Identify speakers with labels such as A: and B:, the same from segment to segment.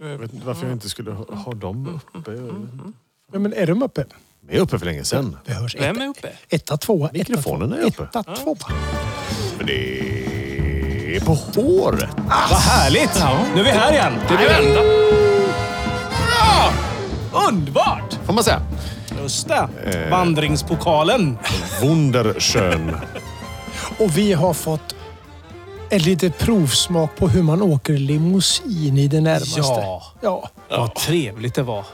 A: Jag vet inte varför jag inte skulle ha, ha dem uppe.
B: Ja, men är de uppe?
A: Vi är uppe för länge sedan.
B: Det hörs.
C: Vem
B: Ett,
C: är uppe?
B: etta, tvåa, etta,
A: Mikrofonen
B: tvåa,
A: är uppe.
B: Etta, tvåa.
A: Men det är på håret.
C: Vad härligt! Nu är vi här igen. Det blir ända. Bra! Underbart!
A: Får man säga. Eh.
C: Just det. Vandringspokalen.
A: Wunderschön.
B: Och vi har fått ett litet provsmak på hur man åker limousin i det närmaste.
C: Ja.
B: ja.
C: Vad trevligt det var.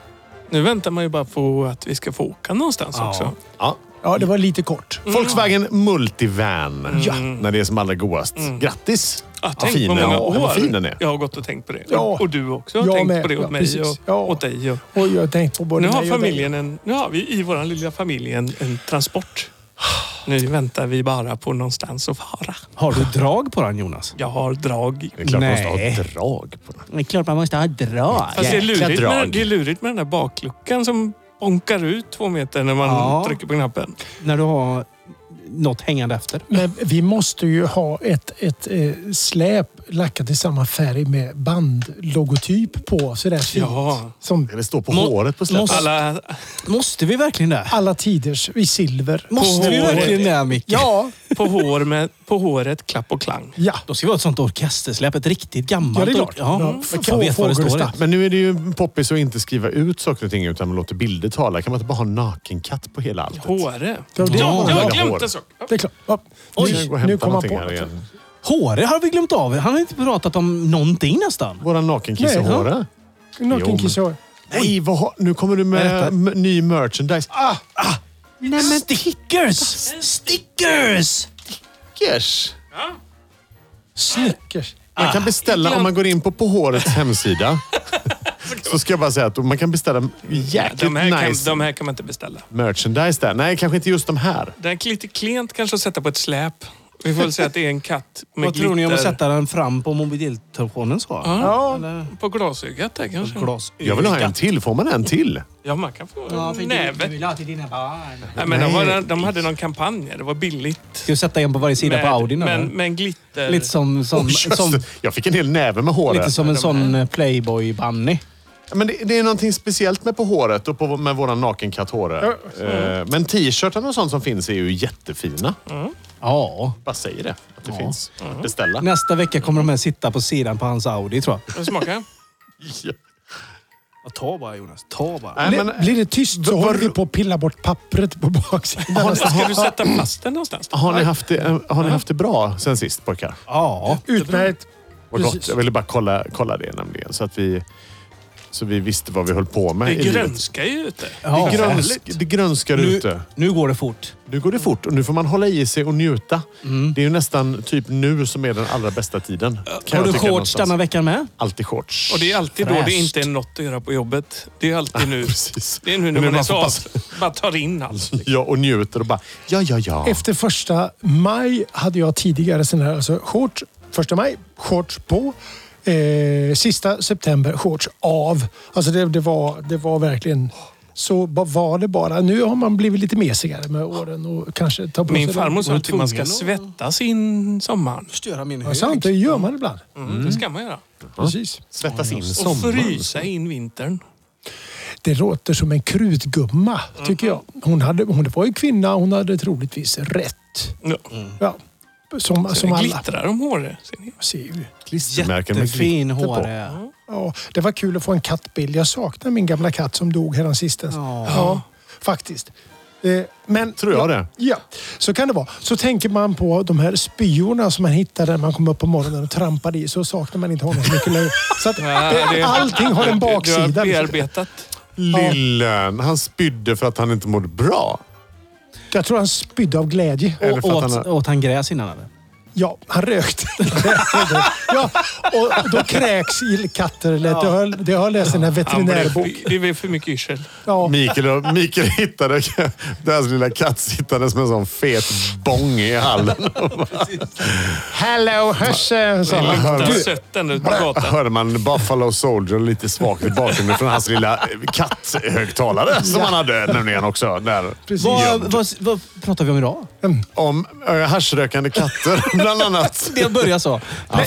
D: Nu väntar man ju bara på att vi ska få åka någonstans
C: Ja.
D: också.
A: Ja.
B: Ja, det var lite kort.
A: Volkswagen Multivan.
B: Ja.
A: När det är som allra godast. Grattis!
D: Ja,
A: vad
D: tänk
A: fin
D: vad
A: den
D: många
A: är. Ja,
D: år
A: Vad fin den är.
D: jag har gått och tänkt på det.
B: Ja.
D: Och du också har
B: Jag
D: tänkt
B: med.
D: på det åt
B: Ja,
D: mig
B: precis.
D: och
B: Ja.
D: åt dig. Och.
B: Och jag har tänkt på både
D: Nu
B: mig
D: har
B: och dig.
D: familjen en, nu har vi i vår lilla familj en, en transport. Nu väntar vi bara på någonstans att fara.
C: Har du drag på den Jonas?
D: Jag har drag.
A: Det är klart man måste
C: Nej.
A: ha drag på den.
C: Det är klart man måste ha drag.
D: Fast det är,
A: Jäkla
D: lurigt
A: drag.
D: med, det är lurigt med den där bakluckan som bonkar ut två meter när man
C: Ja.
D: trycker på knappen.
C: När du har något hängande efter.
B: Men vi måste ju ha ett, ett eh, släp lackat i samma färg med bandlogotyp på. Sådär fint.
D: Ja.
B: Som
A: Ska det stå på
C: Må-
A: håret på släpet?
C: måste-
D: Alla,
C: Måste vi verkligen det?
B: alla tiders i silver.
C: Måste vi
D: håret.
C: verkligen det Micke?
B: Ja,
D: på, hår med, på håret, klapp och klang.
B: ja.
C: Då ska vi ha ett sånt orkestersläp. Ett riktigt gammalt.
B: Ja, det är
C: or-
B: klart. Ja,
C: Ja,
B: f-
C: jag vet vad det står. i.
B: fågelstack.
A: Men nu är det ju poppis att inte skriva ut saker och ting utan man låter bilder tala. Kan man inte bara ha nakenkatt på hela alltet?
D: Håre.
B: Det var det jag
C: Ja.
D: Jag
B: menade.
D: har
A: Eller
D: glömt
A: hår.
D: en sak. Ja.
B: Det är klart. Ja.
A: Jag
B: Oj,
A: går och
B: nu
A: hämtar
B: kom han
A: någonting
B: på.
A: här igen.
C: Håre har vi glömt av. Han har inte pratat om någonting nästan.
A: Våra nakenkiss och
B: Nej, ja.
A: håre. Jo, men-
B: Någonting kissar jag.
A: Nej, vad har- nu kommer du
C: Vad är
A: med
C: detta?
A: m- ny merchandise. Ah,
C: Stickers! Stickers!
A: Stickers!
B: Snickers.
A: Man
C: Ah,
A: kan beställa, om man går in på På hårets hemsida, så ska jag bara säga att man kan beställa jäkligt
D: De här, kan,
A: nice
D: de här kan man inte beställa.
A: merchandise där. Nej, kanske inte just de här.
D: Den är lite klent kanske att sätta på ett släp. Vi får väl säga att det är en katt med
C: Vad tror ni om att
D: glitter.
C: sätta den fram på mobiltelefonen så?
D: Ja,
C: Eller
D: på glasögat där kanske.
C: glas
A: Jag vill ha en till. Får man en till?
D: Ja, man kan få
C: Ja, för
D: en
C: du-
D: näve.
C: du vill ha till dina barn.
D: Nej, men de, var,
A: Nej.
D: de hade någon kampanj. Det var billigt.
C: Ska du sätta en på varje sida på Audin eller?
D: men, men glitter.
C: Lite som, som,
A: Oj, just
C: som,
A: det. Alltså, jag fick en hel näve med håret.
C: lite som en sån eh, Playboy-bunny.
A: Men det, det är någonting speciellt med på håret och på, med våran nakenkatt håre. Eh, Men t-shirtarna och sånt som finns är ju jättefina.
C: Mm. Ja.
A: Bara säger det. Att det finns.
C: Mm.
A: Beställa.
C: Nästa vecka kommer de här sitta på sidan på hans Audi tror jag.
D: Får jag smaka?
C: Ta bara Jonas, ta bara.
A: Nej, men,
D: eh,
B: Blir- Blir det tyst så
A: Vad-
B: håller vi på att pilla bort pappret på baksidan. Alltså,
D: Ska du sätta fast den någonstans?
A: har ni, haft det, eh, har ni haft det bra sen sist pojkar?
C: Ja.
B: Utmärkt.
A: Vad gott.
B: Precis.
A: Jag ville bara kolla, kolla det nämligen. Så att vi, så vi visste vad vi höll på med
D: Det
A: i livet.
D: grönskar ju ute.
C: Ja.
A: Det, grönsk,
D: Härligt.
A: det grönskar
C: Nu,
A: ute.
C: nu går det fort.
A: Nu går det fort och nu får man hålla i sig och njuta. Det är ju nästan typ nu som är den allra bästa tiden. Kan
C: Har
A: jag
C: du
A: tycka
C: shorts
A: någonstans.
C: denna veckan med?
A: Alltid shorts.
D: Och det är alltid då det
C: Fräscht.
D: inte är något att göra på jobbet. Det är alltid nu.
A: Precis.
D: Det är nu när
A: Men
D: man är
A: man
D: så
A: får
D: av,
A: passa-
D: bara tar in allt.
A: Ja, och njuter och bara ja, ja, ja.
B: Efter första maj hade jag tidigare sån här, alltså shorts, första maj, shorts på. Eh, sista september, shorts av. Alltså det, det, var, det var verkligen... Så ba- var det bara. Nu har man blivit lite mesigare med åren och kanske tar på
D: Min
B: sig
D: farmor sa
B: Var
D: alltid att man ska
B: tvungen att-
D: svettas in sommaren.
C: Störa min
B: Ja, sant. Det gör man ibland.
D: Mm. Det ska man göra.
B: Precis.
A: Svettas in
D: Och
A: sommaren.
D: frysa in vintern.
B: Det låter som en krutgumma, tycker
D: Mm.
B: jag. Hon, hade, hon var ju kvinna, hon hade troligtvis rätt.
D: Ja. Mm.
B: Ja. Som, som
D: det
B: alla.
D: glittrar om håret. Ser ni?
B: Ser ju.
A: Klistermärken med
C: Jättefin
A: glitter på.
C: håre.
B: Ja, det var kul att få en kattbild. Jag saknar min gamla katt som dog härom sistens.
C: Ja.
B: faktiskt. Eh, Men,
A: Tror jag det.
B: Ja, så kan det vara. Så tänker man på de här spyorna som man hittade när man kom upp på morgonen och trampade i, så saknar man inte honom så mycket längre. Så att, eh,
D: Ja, det-
B: allting har en
D: Du
B: baksida. liksom.
D: har liksom. bearbetat.
A: Lillen, han spydde för att han inte mådde bra.
B: Jag tror han spydde av glädje.
A: Eller
C: Och
A: för att han
C: åt,
A: har-
C: åt han gräs innan eller?
B: Ja, han rökte. ja, och då kräks i katter. lätt. Det har, det har jag läst i den här
D: Han blev-
B: veterinärbok.
D: Det är väl för mycket yrsel.
B: Ja.
A: Mikael, och- Mikael hittade, deras lilla katt sittande som en sån fet bång i hallen. Hello Hösse, sa
D: Det
A: han.
D: luktar
A: Hörde-
D: sött ända ut på gatan.
A: Hörde man Buffalo Soldier lite svagt i bakgrunden från hans lilla katthögtalare som han hade nämligen också. Där.
B: Precis.
C: Vad, vad, vad pratar vi om idag?
A: Om eh, haschrökande katter. Bland annat.
C: Det börjar så.
B: Men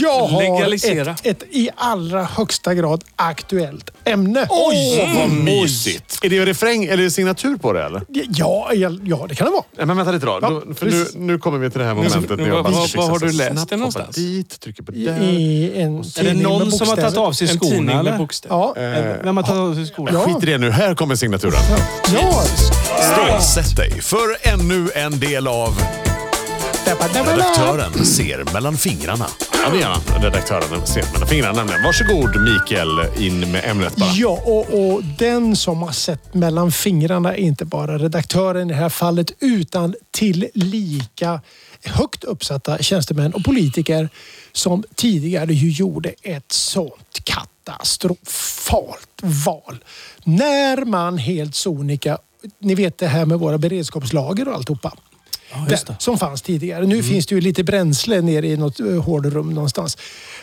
B: jag har
D: Legalisera.
B: ett, ett i allra högsta grad aktuellt ämne.
A: Oj,
D: Mm.
A: vad mysigt! Mm. Är det refräng eller signatur på det eller?
B: Ja, ja, ja, det kan det vara.
A: Nej, men vänta lite då.
B: Ja,
A: Då- för nu,
B: precis.
A: nu kommer vi till det här momentet.
D: nu,
A: när jag bara
D: vad-
A: ska
D: vad-
A: fixa
D: vad har du
A: så
D: läst
A: snabbt,
D: den
A: hoppa
D: någonstans?
A: Dit, trycker på
B: I,
A: där.
B: i en
C: Är det
B: tidning
C: någon
B: med
C: som har tagit
B: bokstäver.
C: av sig Eh.
D: En
C: skorna?
D: tidning med
C: Eller?
D: bokstäver.
B: Ja,
C: Vem har tagit av sig skorna?
B: Ja.
A: Skit i det nu, här kommer signaturen.
B: ja.
A: Stålsätt dig för ännu en del av Redaktören ser mellan fingrarna. Ja, det gör han. Redaktören ser mellan fingrarna nämligen. Varsågod Mikael, in med ämnet bara.
B: Ja, och, och den som har sett mellan fingrarna är inte bara redaktören i det här fallet utan till lika högt uppsatta tjänstemän och politiker som tidigare ju gjorde ett sånt katastrofalt val. När man helt sonika, ni vet det här med våra beredskapslager och alltihopa.
C: Ja, just
B: Den-
C: det. Mm.
B: som fanns tidigare. Nu finns det ju lite bränsle nere i något eh, hårdrum någonstans.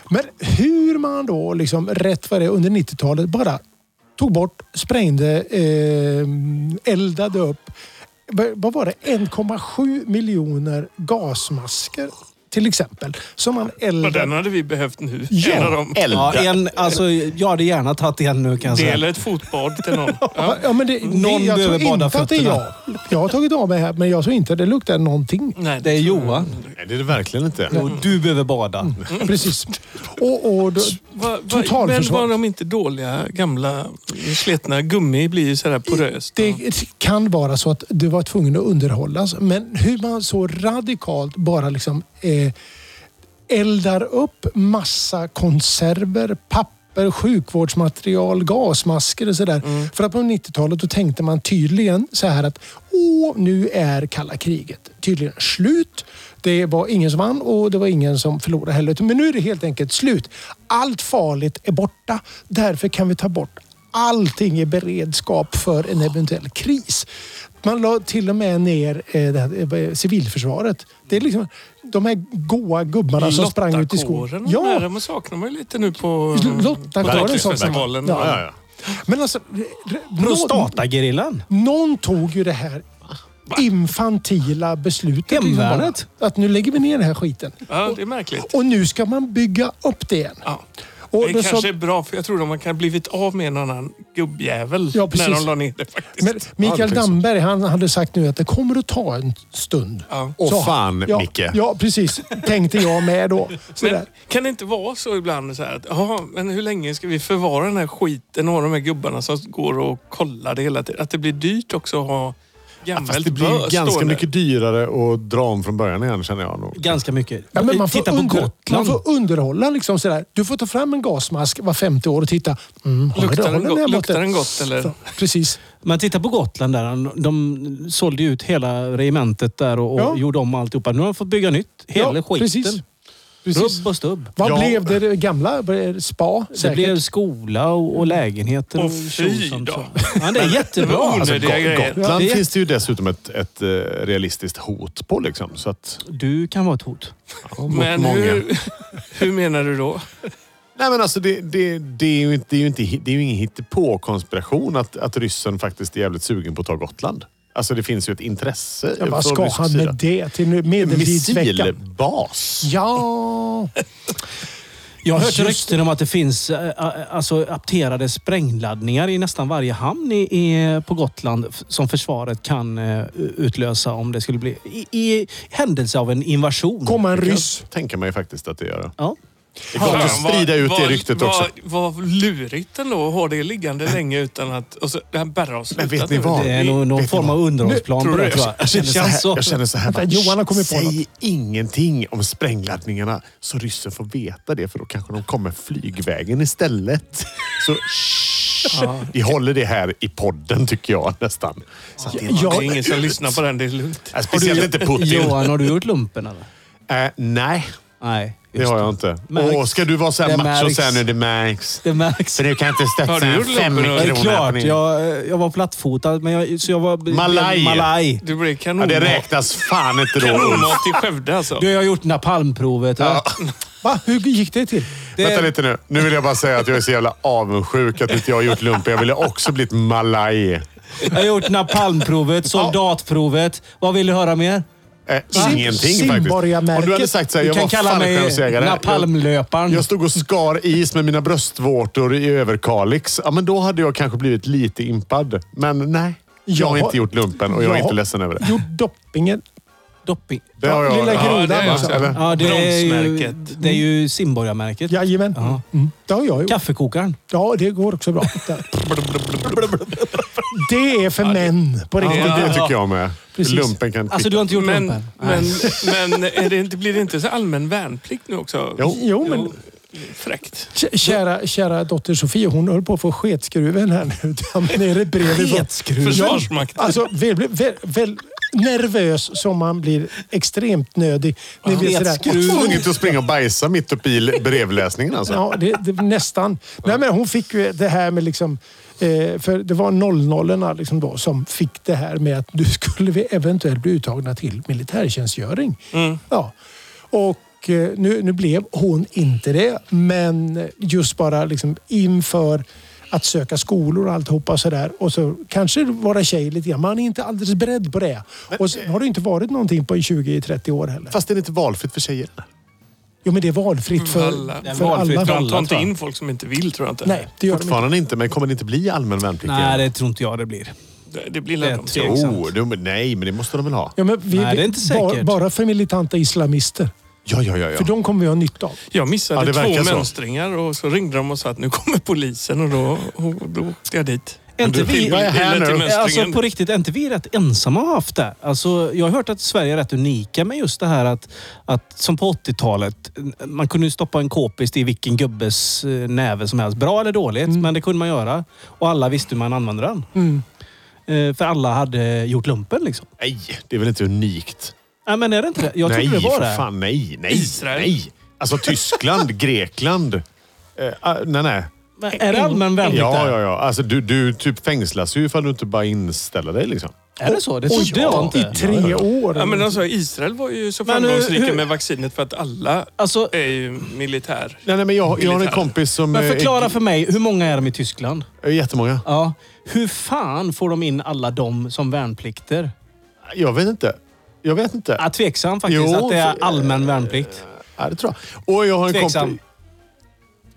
B: Men hur man då liksom rätt vad det är under 90-talet bara tog bort, sprängde, eh, eldade upp. Va- Vad var det? 1,7 miljoner gasmasker till exempel. Som man
D: Och
B: eldade.
D: den hade vi behövt nu.
B: Ja,
D: en av dem.
C: Ja, en, alltså, jag hade gärna tagit en nu kan jag
D: Det
C: säga.
D: gäller ett fotbad till någon.
B: Ja, ja, men det, det,
C: Någon
B: jag tror
C: behöver bada
B: inte att det är jag.
C: fötterna.
B: Jag har tagit av mig här, men jag tror inte det luktar någonting.
D: Nej,
C: Det är Johan.
A: Nej, det är det verkligen inte.
C: Och du behöver
B: Mm.
C: bada. Mm.
B: Precis. Och, och, då,
D: Va, va, men
B: Totalförsvar.
D: var de inte dåliga gamla sletna? Gummi blir ju sådär poröst.
B: Det kan vara så att du var tvungen att underhållas. Men hur man så radikalt bara liksom eh, eldar upp massa konserver, papper, sjukvårdsmaterial, gasmasker och sådär. För att på 90-talet då tänkte man tydligen så här att åh, nu är kalla kriget tydligen slut. Det var ingen som vann och det var ingen som förlorade heller. Utan- Men nu är det helt enkelt slut. Allt farligt är borta. Därför kan vi ta bort allting i beredskap för en eventuell kris. Man la till och med ner eh, det här, eh, civilförsvaret. Det är liksom de här goa gubbarna som Alltså, sprang ut i skogen.
D: Ja.
B: Ja,
D: De saknar man ju lite nu på eh,
B: L- Lottakåren
D: på
B: saknar-
D: festivalen.
A: Ja, ja, ja.
B: men alltså... re- re- någon,
C: Prostatagerillan.
B: någon tog ju det här infantila beslutet. liksom
C: Hemvärnet?
B: bara, Att nu lägger vi ner den här skiten.
D: Ja, det är märkligt.
B: Och nu ska man bygga upp det igen.
D: Ja.
B: Och
D: det
B: då sa-
D: kanske är bra, för jag tror att man kan ha blivit av med en annan gubbjävel
B: Ja,
D: när de
B: precis.
D: la ner det faktiskt.
B: Men
A: Ja,
B: Mikael
A: det är så.
B: Damberg han hade sagt nu att det kommer att ta en stund.
D: Ja.
A: Åh
B: Så-
A: fan,
B: ja,
A: Micke.
B: Ja, precis. Tänkte jag med då.
D: Men
B: Sådär.
D: kan det inte vara så ibland så här att, "Jaha, men hur länge ska vi förvara den här skiten och ha de här gubbarna som går och kollar det hela tiden? Att det blir dyrt också att ha
A: Fast
D: gammalt
A: det blir
D: bös
A: ganska
D: stående.
A: mycket dyrare att dra om från början igen känner jag nog.
C: Ganska mycket.
B: Ja, men man, får
C: Titta på
B: under, man
C: Gotland.
B: får underhålla. Liksom sådär. Du får ta fram en gasmask var femte år och titta. Mm, håller
D: Luktar
B: det-
D: den
B: håller
D: gott-
B: här borta?
D: luktar den gott, eller?
B: Så, precis.
C: Men titta på Gotland där. De sålde ju ut hela regementet där och, och
B: Ja.
C: gjorde om alltihopa. Nu har de fått bygga nytt. Hela
B: Ja,
C: skiten.
B: precis. Precis.
C: Rubb och stubb.
B: Vad
A: Ja.
B: blev det, det gamla? Blev det Spa?
C: Det
B: Säkert. Mm.
C: blev skola och, och lägenheter.
D: Åh,
C: och
D: fy
C: tjosan,
D: då.
C: tjosan. Ja, det är
D: Det
C: jättebra.
D: var
C: Alltså,
D: onödiga grejer.
A: Ibland
C: det är-
A: finns det ju dessutom ett, ett eh, realistiskt hot på liksom. Så att,
C: du kan vara ett hot.
A: mot
D: Men
A: många.
D: hur, hur menar du då?
A: Nej men alltså det, det, det är ju, inte- det är ju, inte, det är ju ingen hittepå-konspiration att, att ryssen faktiskt är jävligt sugen på att ta Gotland. Alltså det finns ju ett intresse
B: Ja, vad
A: från
B: ska
A: rysk
B: han
A: sida.
B: med det till nu- medeltidsveckan?
A: Missilbas.
B: Ja,
C: Jag har hört
B: Just
C: rykten om att det finns äh, äh, alltså, apterade sprängladdningar i nästan varje hamn i, i, på Gotland f- som försvaret kan eh, utlösa om det skulle bli... I, i händelse av en invasion.
B: komma en
A: Det kan
B: ryss.
A: jag tänka mig faktiskt att det gör.
C: Ja.
A: Det går att sprida ut det ryktet
D: vad,
A: också.
D: Vad lurigt ändå att ha det liggande länge utan att... Och så, det här Berra har slutat
A: Men vet ni
D: nu.
A: vad?
C: Det är
A: Vi-
C: nog någon
A: vet ni
C: form
A: vad?
C: av underhållsplan
D: Nu-
C: på
D: tror
C: det
D: du
C: tror
D: det?
C: jag.
A: Jag känner, så här, jag
C: så.
A: känner så här.
B: Vänta,
A: bara,
B: Johan har kommit på
A: säg ingenting om sprängladdningarna så ryssen får veta det för då kanske de kommer flygvägen istället. Så shh, Vi håller det här i podden tycker jag nästan. Så att det,
B: Ja.
D: Det är ingen som lyssnar på den, det är lugnt.
A: Ja, speciellt inte Putin.
C: Johan, har du gjort lumpen eller?
A: Eh, nej,
C: Nej.
A: det
C: just
A: har jag inte.
C: Märks.
A: Åh, ska du vara så här
C: Det
A: macho och
C: märks.
A: säga nu det märks.
C: Det märks.
A: För du kan inte
D: Har
A: stötta
D: du
A: en
D: gjort lumpen?
C: Det är
A: femkronorna på
C: klart,
A: din...
C: jag, jag var plattfotad. Men jag, så jag var,
A: Malaj.
C: Malaj.
D: Du blir
A: Ja,
D: kanon.
A: det räknas fan inte då.
D: Kanonmat i Skövde alltså.
C: Du, jag har gjort napalmprovet. va?
B: Va? Hur gick det till?
C: Det-
A: Vänta lite nu. Nu vill jag bara säga att jag är så jävla avundsjuk att inte jag har gjort lumpen. Jag ville också blivit Eh, malaj.
C: Jag har gjort napalmprovet, soldatprovet. Vad vill du höra mer?
A: Eh,
B: Sim-
A: ingenting faktiskt.
B: Simborgarmärket.
A: Om du hade sagt så här,
C: Du
A: jag
C: kan
A: var
C: kalla mig
A: fallskärmsjägare.
C: napalmlöparen.
A: Jag stod och skar is med mina bröstvårtor i Överkalix. Ja, men då hade jag kanske blivit lite impad. Men nej, jag har
B: Jag-
A: inte gjort lumpen och jag är
B: jag-
A: inte ledsen över det.
B: Gjort doppingen.
C: Dopping.
A: det har jag,
B: lilla
A: ja,
B: grodan
A: det har jag,
B: också.
A: eller?
C: liksom. Ja, det är ju,
D: Bromsmärket.
C: det är ju simborgarmärket.
B: Jajamän.
C: Ja.
B: Mm. Det har jag gjort.
C: Kaffekokaren.
B: Ja, det går också bra. Där. Det är för män på riktigt.
A: Det tycker jag med.
B: Precis.
A: Lumpen kan
C: Alltså du har inte gjort
D: Men,
C: lumpen?
D: men, men är det inte, blir det inte så allmän värnplikt nu också?
A: Jo.
B: Jo, men
D: Fräckt.
B: K- Kära, kära dotter Sofie, hon höll på att få sketskruven här nu. Där Nere bredvid.
C: Sketskruven?
D: Försvarsmakten.
B: Ja, alltså, väl, väl, väl, nervös som man blir extremt nödig. Ni vet sådär-
A: Jag var tvungen att springa och bajsa mitt uppe i brevläsningen alltså.
B: Ja, det, det, nästan. Nej, men hon fick ju det här med liksom... Eh, för det var 00 liksom då som fick det här med att du skulle vi eventuellt bli uttagna till militärtjänstgöring.
C: Mm.
B: Ja. Och eh, nu, nu blev hon inte det, men just bara liksom inför att söka skolor och alltihopa sådär. Och så kanske vara tjej lite grann. Man är inte alldeles beredd på det. och sen har det inte varit någonting på i 20-30 år heller.
A: Fast det är inte valfritt för tjejer.
B: Jo, men det är valfritt för,
D: Alla.
B: för
C: Valfritt
B: alla.
C: för Mm. alla.
D: De tar inte
C: tror jag.
D: in folk som inte vill tror jag inte.
B: Nej, det gör de inte.
A: Fortfarande inte, men kommer det inte bli allmän värnplikt
C: Nej,
A: igen?
C: det tror inte jag det blir.
D: Det, det blir
C: Det är
D: lätt
C: tre.
D: de
A: Jo, det, nej, men det måste de väl ha?
B: Ja, men vi,
C: Nej, det är inte
B: ba-
C: säkert.
B: Bara för militanta islamister.
A: Ja, ja, ja.
B: För
A: ja.
B: de kommer vi ha nytta av.
D: Jag
A: Ja,
D: missade
A: det verkar
D: två
A: så.
D: mönstringar och så ringde de och sa att nu kommer polisen och då, och då åkte jag dit.
C: Är inte
A: du,
C: vi,
A: vad är här
D: Piller till
A: nu?
D: mönstringen.
C: alltså, på riktigt, är inte vi rätt ensamma har haft det? Alltså, jag har hört att Sverige är rätt unika med just det här att, att som på 80-talet, man kunde ju stoppa en k-pist i vilken gubbes eh, näve som helst. Bra eller dåligt,
A: Mm.
C: men det kunde man göra. Och alla visste hur man använde den. Eh, För alla hade gjort lumpen liksom.
A: Nej, det är väl inte unikt?
C: Nej, men är det inte det? Jag
A: nej,
C: trodde det var
A: för
C: det.
A: fan. Nej, nej,
D: Israel.
A: nej. Alltså Tyskland, Grekland. Eh, ah, nej, nej.
C: Men är det allmän värnplikt
A: Ja,
C: där?
A: ja, ja. Alltså, du, du typ fängslas ju ifall du inte bara inställer dig. Liksom.
C: Är det så? Det
B: Oj,
C: trodde jag inte.
B: I tre år.
D: Ja, men alltså, Israel var ju så
C: Men, eh,
D: framgångsrika
C: hur-
D: med vaccinet för att alla
A: Mm.
C: Alltså,
D: är ju militär.
A: Nej, nej, men jag, jag har en
D: Militär.
A: kompis som...
C: men förklara
A: eh,
C: för mig, hur många är de i Tyskland?
A: är Jättemånga.
C: Ja. Hur fan får de in alla dem som värnplikter?
A: Jag vet inte. Jag vet inte.
C: Jag är tveksam faktiskt
A: Jo,
C: att det
A: för-
C: är allmän värnplikt.
A: Ja, det tror jag. Och jag har en
C: Tveksam.
A: kompis...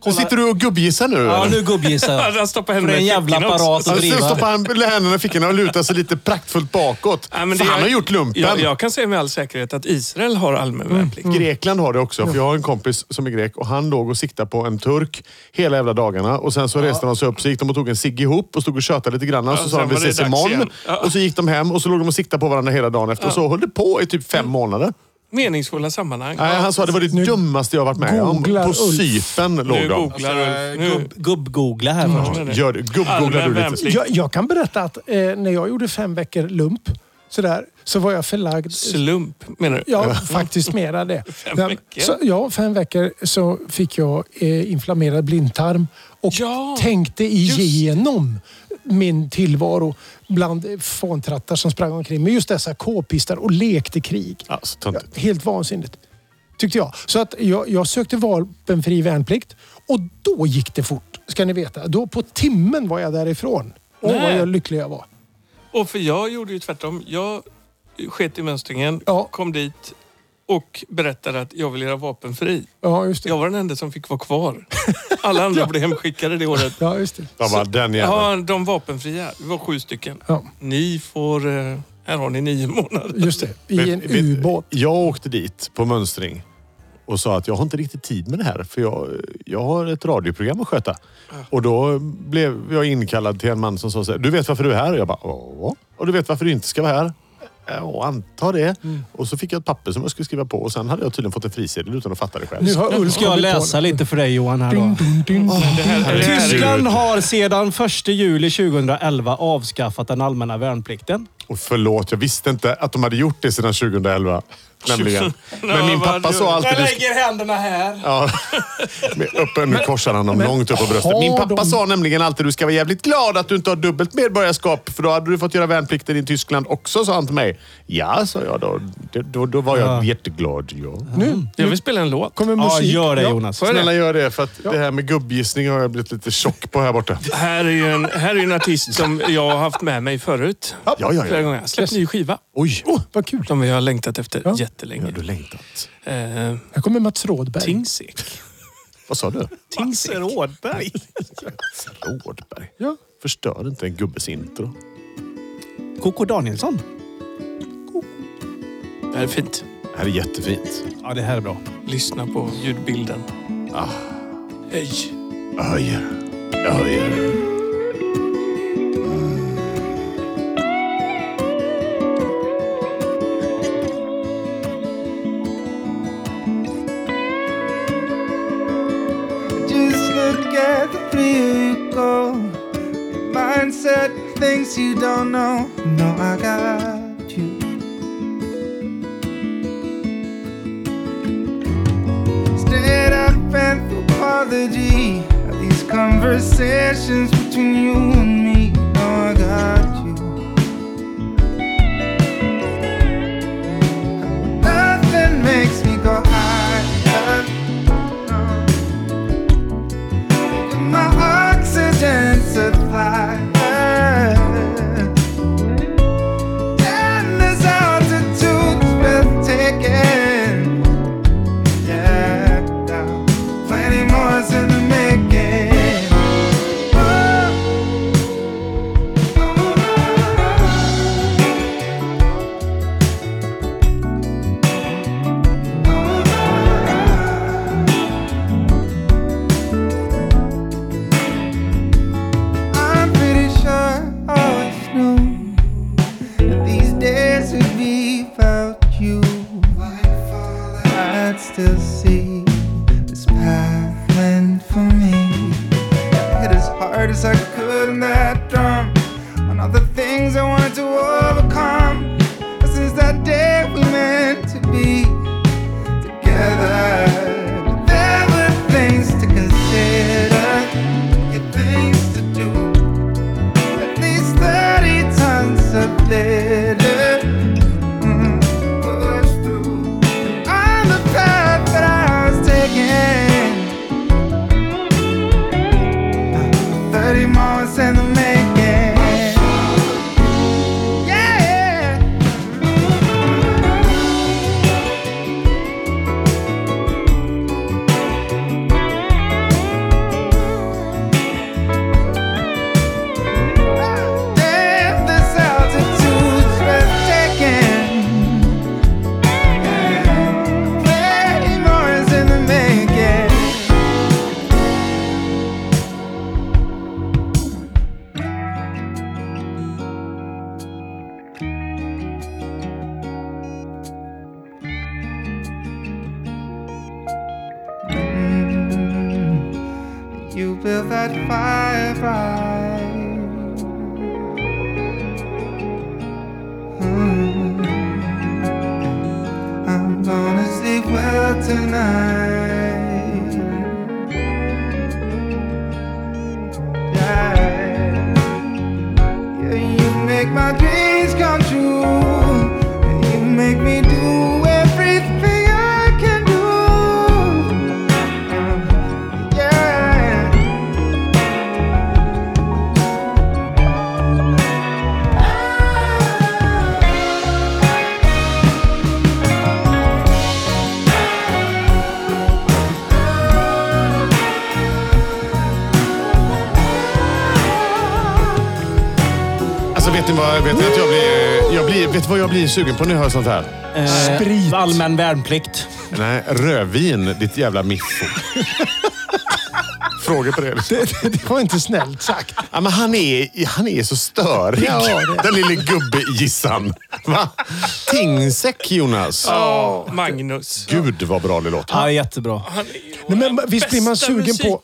A: Nu sitter du och gubbgissar nu?
C: Ja,
A: eller?
C: nu gubbgissar jag.
D: Han stoppar
C: För
D: händerna
C: en
D: i
C: jävla
D: fickorna också.
C: apparat att
A: Alltså, sen
C: driva.
A: stoppar han händerna i fickorna och lutar sig lite praktfullt bakåt.
D: Ja,
A: för
D: det-
A: han har gjort lumpen. Mm,
D: Jag, jag kan säga med all säkerhet att Israel har allmän värnplikt.
A: Grekland har det också, för jag har en kompis som är grek och han låg och siktade på en turk hela jävla dagarna. Och sen så reste de sig upp, så gick de och tog en cigg ihop och stod och tjötade lite grann. Och så
D: Ja,
A: sa de
D: sen
A: vi
D: var det
A: ses
D: dags
A: imorgon.
D: igen. Ja.
A: Och så gick de hem och så låg de och siktade på varandra hela dagen efter. Och så höll det på i typ
D: Mm.
A: fem månader.
D: Meningsfulla sammanhang.
A: Nej, han sa det var det dummaste jag har varit med om.
B: googlar
A: På
B: Ulf.
A: Cypern låg Alltså, eh,
D: nu
A: de.
D: googlar Ulf. Nu.
C: Gubb- Gubb-googla här först.
A: Gör det. Gubb-googlar
D: Allmän
A: du lite.
D: värnplikt.
B: jag, jag kan berätta att eh, när jag gjorde fem veckor lump sådär, så var jag förlagd...
D: Slump, menar du?
B: Ja, faktiskt mera det.
D: Fem
B: Ja,
D: veckor?
B: Så, ja, fem veckor så fick jag eh, inflammerad blindtarm och
D: Ja,
B: tänkte igenom min tillvaro bland fåntrattar som sprang omkring med just dessa k-pistar och lekte krig.
A: Ja, så töntigt.
B: Helt vansinnigt. Tyckte jag. Så att jag, jag sökte vapenfri värnplikt och då gick det fort. Ska ni veta. Då på timmen var jag därifrån. Åh,
D: Nej.
B: vad jag lycklig jag var.
D: Och för jag gjorde ju tvärtom. Jag sket i mönstringen,
B: Ja.
D: kom dit och berättade att jag vill göra vapenfri.
B: Ja, just det.
D: Jag var den enda som fick vara kvar. Alla andra blev hemskickade det året.
B: Ja, just det.
A: De bara, den jäveln.
D: Ja, de vapenfria. Vi var sju stycken.
B: Ja,
D: Ni får... eh, Här har ni nio månader.
B: just det. I en
A: Vet- vet-
B: ubåt.
A: Jag åkte dit på mönstring och sa att jag har inte riktigt tid med det här för jag, jag har ett radioprogram att sköta. Och då blev jag inkallad till en man som sa så här, du vet varför du är här? Och jag bara, ja. Och du vet varför du inte ska vara här? Ja, anta det.
B: Mm.
A: Och så fick jag ett papper som jag skulle skriva på och sen hade jag tydligen fått en frisedel utan att fatta det själv.
B: Nu har
C: Nu
B: Ulf
C: ska jag
B: kommit på
C: läsa
B: det.
C: lite för dig Johan här
B: Dun,
C: då.
B: dun, dun.
D: Det här, det här är,
C: Tyskland har sedan 1 juli 2011 avskaffat den allmänna värnplikten.
A: Och förlåt, jag visste inte att de hade gjort det sedan 2011. Nämligen. Men min
D: vad
A: pappa
D: gör
A: sa
D: du?
A: alltid...
C: händerna här.
A: Alltså, Ja. Med Öppen, nu korsar han dem långt upp på bröstet.
B: har
A: Min pappa
B: de-
A: sa nämligen alltid du ska vara jävligt glad att du inte har dubbelt medborgarskap för då hade du fått göra värnplikten i Tyskland också, sa han till mig. Ja, sa jag då. Det- Då, då var jag jätteglad. Ja.
B: Nu
D: jag vill spela en låt.
B: kommer musik.
C: Ja, gör det
B: Ja.
C: Jonas.
A: Snälla gör det, för att det här med gubbgissning har jag blivit lite tjock på här borta.
D: Här är ju en, här är ju en artist som jag har haft med mig förut.
A: Ja, ja,
D: Flera
A: ja.
D: gånger. Släppt ny skiva.
B: Oj, oh, vad kul.
D: Som vi har längtat efter
B: Ja.
A: Nu har
D: jättelänge.
A: du längtat.
D: Eh,
B: Här kommer Mats Rådberg.
D: Tingsek.
A: Vad sa du?
C: Tingsek. Rådberg.
A: Rådberg.
B: Ja.
A: Förstör inte en gubbes intro.
C: KK Danielsson.
D: Det här är fint.
A: Det här är jättefint.
C: Ja, det här är bra.
D: Lyssna på ljudbilden.
B: Ah.
D: Hej!
A: Jag höjer. Jag höjer.
E: Just look at the freer you go. Your mindset thinks you don't know. No, I got you. Instead of an apology, are these conversations between you and me? No, I got you. Nothing makes me go higher. No. My oxygen supply. And this altitude's breathtaking. Yeah, now, plenty more's in the making. Oh. I'm pretty sure I always knew that these days would be without you. I'd still see this path meant for me. I hit as hard as I could in that drum on all the things I wanted to overcome. But since that day we meant to be together, there were things to consider your things to do. At least 30 tons of litter. Mm, push through. On the path that I was taking. 30 moments in the making. Yeah. Damn, this altitude's breathtaking. Plenty more is in the making. Mm-hmm. You built that fire bright. Mm. I'm gonna sleep well tonight. Yeah. yeah, you make my dreams come true. And You make me do everything I can do. Yeah.
A: Alltså vet ni vad, vet ni att jag blir, jag blir, vet ni vad jag blir sugen på när jag hör sånt här?
C: Eh,
B: Sprit.
C: Allmän värnplikt.
A: Nej, rödvin, ditt jävla miffo. Frågor på det?
B: Det, det var inte snällt sagt.
A: Ja, men han, är, han är så störig.
B: Ja, det-
A: Den lille gubbe-gissan. Va? Tingsek, Jonas.
D: Magnus.
A: Gud vad bra det låter.
C: Ja, jättebra.
D: Han är ju
B: Nej, men
D: den
B: visst blir man
D: bästa
B: sugen på...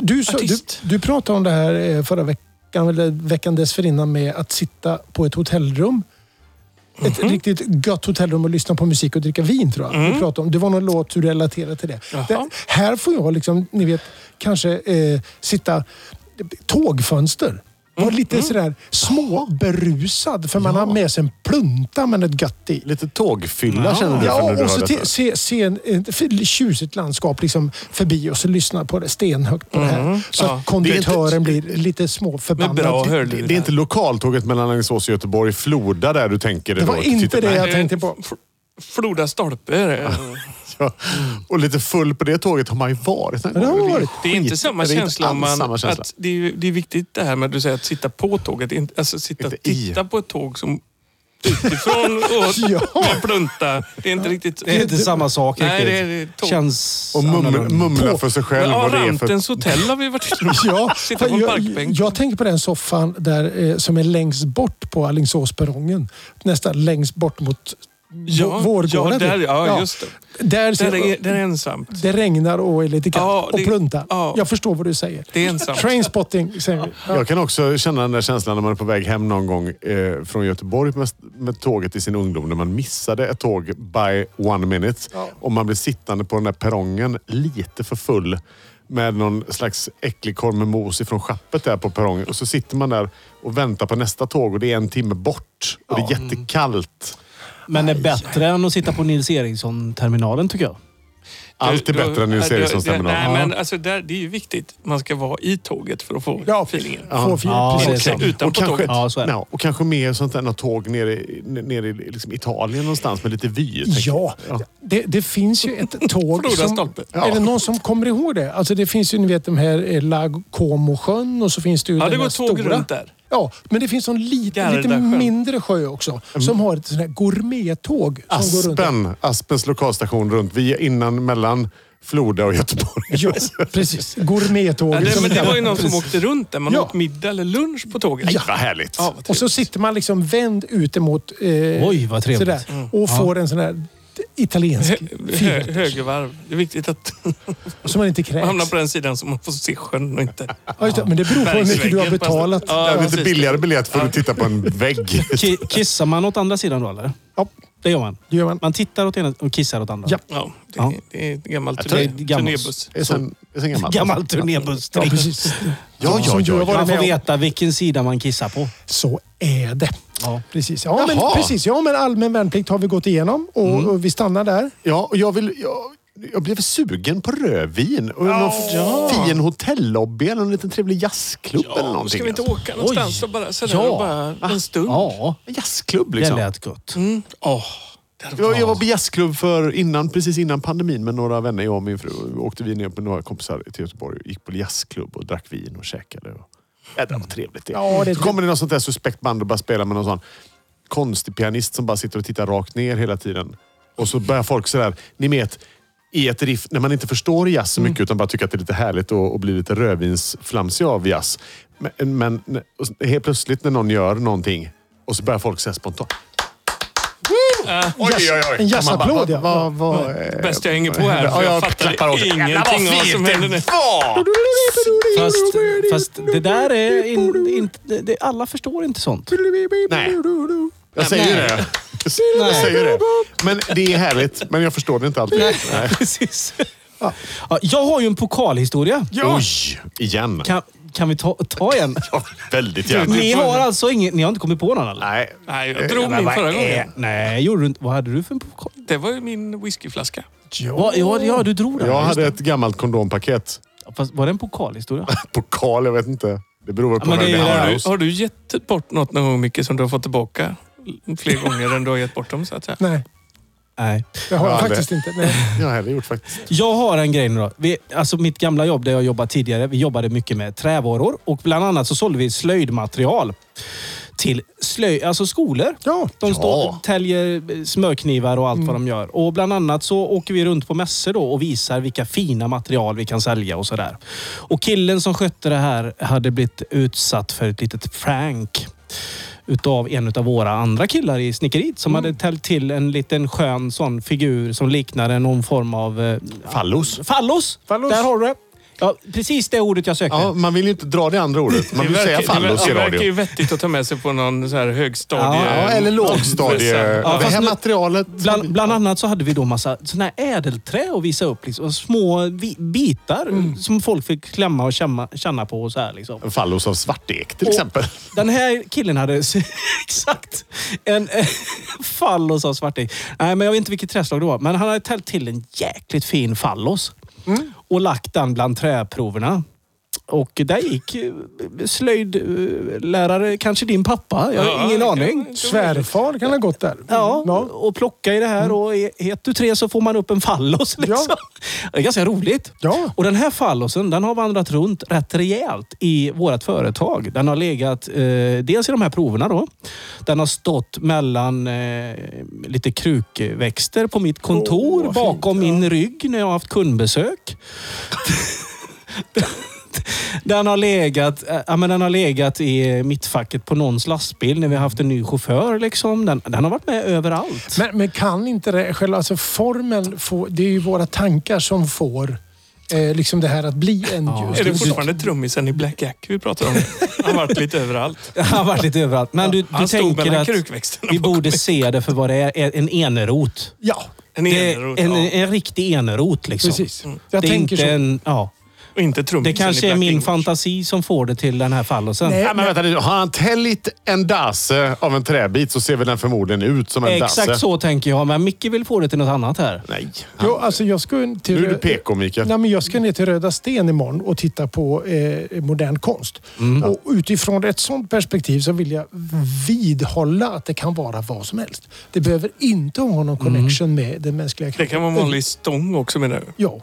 B: Du, sa- du,
D: Artist.
B: du pratade om det här eh, förra veckan, eller veckan dessförinnan, med att sitta på ett hotellrum. Ett
D: Mhm.
B: riktigt gött hotellrum och lyssna på musik och dricka vin, tror jag.
D: Mm.
B: Du pratade om. Det var någon låt du relaterade till det. det här får jag liksom, ni vet, kanske eh, sitta... Tågfönster. Var
D: Mm.
B: lite sådär småberusad för man har med sig en plunta med något gött i.
A: Lite tågfylla
C: Ja.
A: känner du för när
B: Ja,
A: du
B: och
A: hör
B: så
A: detta.
B: till, se, se en, ett tjusigt landskap liksom förbi och så lyssna på det stenhögt på det här. Så
D: Mm-hmm. Ja.
B: att
A: Det är
B: konduktören
A: inte-
B: blir lite
D: Med bra
B: småförbannad.
A: Det,
D: hörlurar.
A: det är inte lokaltåget mellan Alingsås och Göteborg, Floda, där du tänker
B: Det var
A: då?
B: inte
A: Titta-
B: det
A: Nej.
B: jag tänkte på.
D: Eh, F- Floda stolpe. är det.
A: Ja. Och lite full på det tåget har man ju varit.
B: det har man varit.
D: Det är inte samma
A: Det är inte
D: känsla.
A: alls
D: om man,
A: samma känsla.
D: Att det, är, det är viktigt det här med att du säger att sitta på tåget. Inte- Alltså sitta och
A: Inte i.
D: titta på ett tåg som utifrån och
B: Ja.
D: med plunta. Det är inte riktigt...
C: Det är inte samma sak
D: Nej,
C: riktigt.
D: det är- det är tåg.
C: Känns
A: Och mumla,
C: annorlunda.
A: mumla för sig
D: Men,
A: själv
D: ja,
A: vad det är för...
D: Rantens hotell har vi varit inne på.
B: Ja,
D: Sitta på en
B: jag,
D: parkbänk.
B: jag tänker på den soffan där, eh, som är längst bort på Alingsåsperrongen. Nästan längst bort mot
D: Ja,
B: ja, Vårgården.
D: ja, där, ja,
B: Ja.
D: just det.
B: Där, ser-
D: Där är, där är ensamt.
B: det regnar och är lite kallt
D: Ja, det-
B: och plunta.
D: ja.
B: Jag förstår vad du säger.
D: Det är ensamt.
B: Trainspotting säger vi. Ja.
A: Jag kan också känna den där känslan när man är på väg hem någon gång eh, från Göteborg med, med tåget i sin ungdom. När man missade ett tåg by one minute. Och man blir sittande på den där perrongen lite för full. Med någon slags äcklig korv med mos ifrån schappet där på perrongen. Och så sitter man där och väntar på nästa tåg och det är en timme bort. Och det är jättekallt.
C: Men det är bättre än att sitta på Nils Eriksson-terminalen tycker jag.
A: Allt är
D: Då-
A: bättre än Nils
D: då-
A: Erikssons
D: det- Nej,
A: terminal.
D: men alltså, där, det är ju viktigt. Man ska vara i tåget för att få
B: Ja,
D: feelingen.
B: Få fyr,
C: Ja,
B: precis.
C: det är sant.
D: Inte utanpå
A: Och kanske,
D: tåget.
C: Ja, så är det.
A: ja, och kanske mer sånt där något tåg nere, i- nere i liksom Italien någonstans med lite vyer. tänker jag.
B: Ja, det, det finns ju ett tåg
D: Floda
B: som...
D: stolpe.
A: Ja.
B: Är det någon som kommer ihåg det? Alltså det finns ju, ni vet de här eh, La Como-sjön och så finns det ju
D: Ja,
B: den
D: det
B: där
D: går tåg
B: stora.
D: runt där.
B: Ja, men det finns en lite, lite
D: Gardasjön.
B: mindre sjö också
D: Mm.
B: som har ett sånt här gourmettåg
D: Ah,
B: som går runt. där.
A: Aspen, Aspens lokalstation runt. Vi är innan, mellan Floda och Göteborg.
B: Ja, precis. Gourmettåg.
D: Ja, det, men det var ju någon som
B: liksom Precis.
D: åkte runt där. Man
B: Ja.
D: åt middag eller lunch på tåget.
A: Ja. Vad härligt.
D: Ja, vad
B: Och så
D: trevligt.
B: sitter man liksom vänd ut emot... Eh,
C: Oj, vad trevligt. Mm.
B: Sådär, och får en sån här italiensk
D: Hö- hö-
B: fyrrätters.
D: högervarv. Det är viktigt att
B: Som man inte
D: man hamnar
B: kräks.
D: på den sidan så man får se sjön och inte...
B: Ja, just det, men det beror på hur mycket du har
D: Bergsväggen på-
B: betalat.
A: Det
D: Ja,
A: är lite
D: precis.
A: billigare biljett för att titta på en vägg.
C: Ki kissar man åt andra sidan då eller?
B: Ja,
C: Det gör man.
B: det gör man.
C: Man tittar åt ena och kissar åt andra.
B: Ja.
D: Ja, det,
C: Ja.
D: det är en gammal
A: Jag tror
D: turné,
C: det är gammalt.
D: turnébuss.
A: Det är sen, det är sen gammalt.
C: Gammal turnébuss.
B: Ja, precis.
A: Ja, ja,
B: Som du har
A: ja,
B: varit
A: ja.
C: Man får
B: med om.
C: veta vilken sida man kissar på.
B: Så är det.
C: Ja.
B: Precis. Ja, men,
A: Jaha. Mm.
B: precis. Ja, men allmän värnplikt har vi gått igenom och, och vi stannar där.
A: ja och jag, vill, jag, jag blev sugen på rödvin. Och någon fin hotellobby eller en liten trevlig jazzklubb eller
D: Ja,
A: någonting.
D: ska vi inte
A: alltså.
D: åka någonstans och bara sådär
C: Ja.
D: och bara en stund?
C: Ja,
A: En jazzklubb
C: det
A: liksom.
C: lät gott.
D: Åh, det hade
A: Jag,
D: varit-
A: jag var på jazzklubb för innan, precis innan pandemin med några vänner. Jag och min fru åkte vi ner med några kompisar till Göteborg. Gick på jazzklubb och drack vin och käkade. Och... Jädrar vad trevligt det
B: Ja, det-
A: Så kommer det något sånt där suspekt band och bara spelar med någon sån konstig pianist som bara sitter och tittar rakt ner hela tiden. Och så börjar folk sådär, ni vet, i ett riff, när man inte förstår jazz så mycket utan bara tycker att det är lite härligt och, och blir lite rödvinsflamsig av jazz. Men, men och så- helt plötsligt när någon gör någonting och så börjar folk säga spontant. Oj,
B: Jazz- En jazzapplåd, ja.
A: Vad, vad, eh,
D: Bäst jag hänger på här,
A: Ja,
D: för jag
A: jag klappar
D: fattar
A: också.
D: ingenting av vad som händer nu.
C: Fast, fast det där är... In, inte- det, det, alla förstår inte sånt.
A: Nej. Jag säger ju det. Jag säger det. Men det är härligt, men jag förstår det inte alltid. Nej.
C: Precis. Ja, jag har ju en pokalhistoria.
A: Oj! Igen.
C: Kan, kan vi ta, ta en?
A: Ja, väldigt gärna.
C: Ni har alltså ingen, ni har inte kommit på någon eller?
A: Nej.
D: Nej, jag drog min
A: vad
D: förra
A: är-
D: gången.
C: Nej, gjorde du inte. Vad hade du för en pokal?
D: Det var ju min whiskyflaska.
C: Va, ja, ja, du drog den.
A: Jag
C: Just
A: hade
C: det.
A: ett gammalt kondompaket.
C: Fast var det en pokalhistoria?
A: Pokal, jag vet inte. Det beror väl på
C: men
A: när
C: det
A: det
C: är ju
A: hamnar
C: det.
D: Har
A: hos.
D: du, har du gett bort något någon gång mycket som du har fått tillbaka? Fler gånger än du har gett bort dem så att säga.
B: Nej,
C: Nej.
B: det har
A: Ja,
B: jag
A: det-
B: faktiskt inte. Nej.
A: Jag hade gjort faktiskt.
C: Jag har en grej nu då. Vi, alltså mitt gamla jobb där jag jobbade tidigare, vi jobbade mycket med trävaror och bland annat så sålde vi slöjdmaterial till slöj, alltså skolor.
B: Ja,
C: De står
A: Ja.
C: och täljer eh, smörknivar och allt vad de gör. Och bland annat så åker vi runt på mässor då och visar vilka fina material vi kan sälja och sådär. Och killen som skötte det här hade blivit utsatt för ett litet prank utav en av våra andra killar i snickeriet som hade täljt till en liten skön sån figur som liknade någon form av eh,
A: Fallos.
C: Fallos.
B: Fallos.
C: Där har du det. Ja, precis det ordet jag sökte.
A: Ja, man vill ju inte dra det andra ordet. Man vill säga fallos
D: det
A: i
D: verkar ju
A: radio.
D: vettigt att ta med sig på någon så här högstadie...
A: Ja, eller lågstadie...
D: Ja,
A: det
C: fast
A: här
C: nu-
A: materialet...
C: Bland, bland annat så hade vi då massa såna här ädelträ att visa upp. Liksom, små vi, bitar
D: Mm.
C: som folk fick klämma och känna, känna på. Och så här, liksom.
A: En fallos av svartek till exempel.
C: Den här killen hade s- exakt en eh, fallos av svarting. Nej, men jag vet inte vilket träslag det var. Men han hade tält till en jäkligt fin fallos.
D: Mm.
C: Och lagt den bland träproverna. Och där gick eh, slöjdlärare, kanske din pappa, jag har
D: Ja,
C: ingen
D: det kan-
C: aning.
B: Svärfar kan ha gått där.
C: Ja,
B: ja.
C: och plocka i det här och i ett, tu, tre så får man upp en fallos. Liksom. Det är ganska roligt.
B: Ja.
C: Och den här fallosen den har vandrat runt rätt rejält i vårt företag. Den har legat eh, dels i de här proverna då. Den har stått mellan eh, lite krukväxter på mitt kontor
B: Åh, vad fint.
C: bakom min rygg när jag har haft kundbesök. Den har legat, eh, ja, men den har legat i mittfacket på någons lastbil när vi har haft en ny chaufför. Liksom. Den, den har varit med överallt.
B: Men, men kan inte det, själva alltså formen, få, det är ju våra tankar som får eh, liksom det här att bli en
C: Ja.
B: ljus.
D: Är det fortfarande trummisen i Black Jack vi pratar om? Han har varit lite överallt.
C: Han har varit lite överallt. Men du, du
D: Han stod
C: tänker
D: mellan
C: att
D: krukväxterna.
C: vi borde se det för vad det är. En enerot.
B: Ja,
D: En
C: Det
D: enrot.
C: är en,
D: Ja.
C: en riktig enerot liksom.
B: precis. Jag
C: det är
B: tänker
C: inte
B: så.
C: en... Ja.
D: Och inte trummisen
C: Det kanske
D: Mm. i
C: är
D: Black
C: min
D: English.
C: fantasi som får det till den här fallosen.
B: Nej,
A: Nej, men vänta nu. Har han täljt en dase av en träbit så ser väl den förmodligen ut som en
C: Exakt
A: dase.
C: så tänker jag, men Micke vill få det till något annat här.
A: Nej.
B: Jo, alltså jag ska till,
A: Nu är du PK,
C: Eh.
A: Mikael.
B: Nej, men jag ska ner till Röda Sten imorgon och titta på eh, modern konst.
C: Mm.
B: Och utifrån ett sånt perspektiv så vill jag vidhålla att det kan vara vad som helst. Det behöver inte ha
C: Mm.
B: någon connection med den mänskliga
D: Det
B: kroppen.
D: kan vara en vanlig stång också menar du?
B: Ja.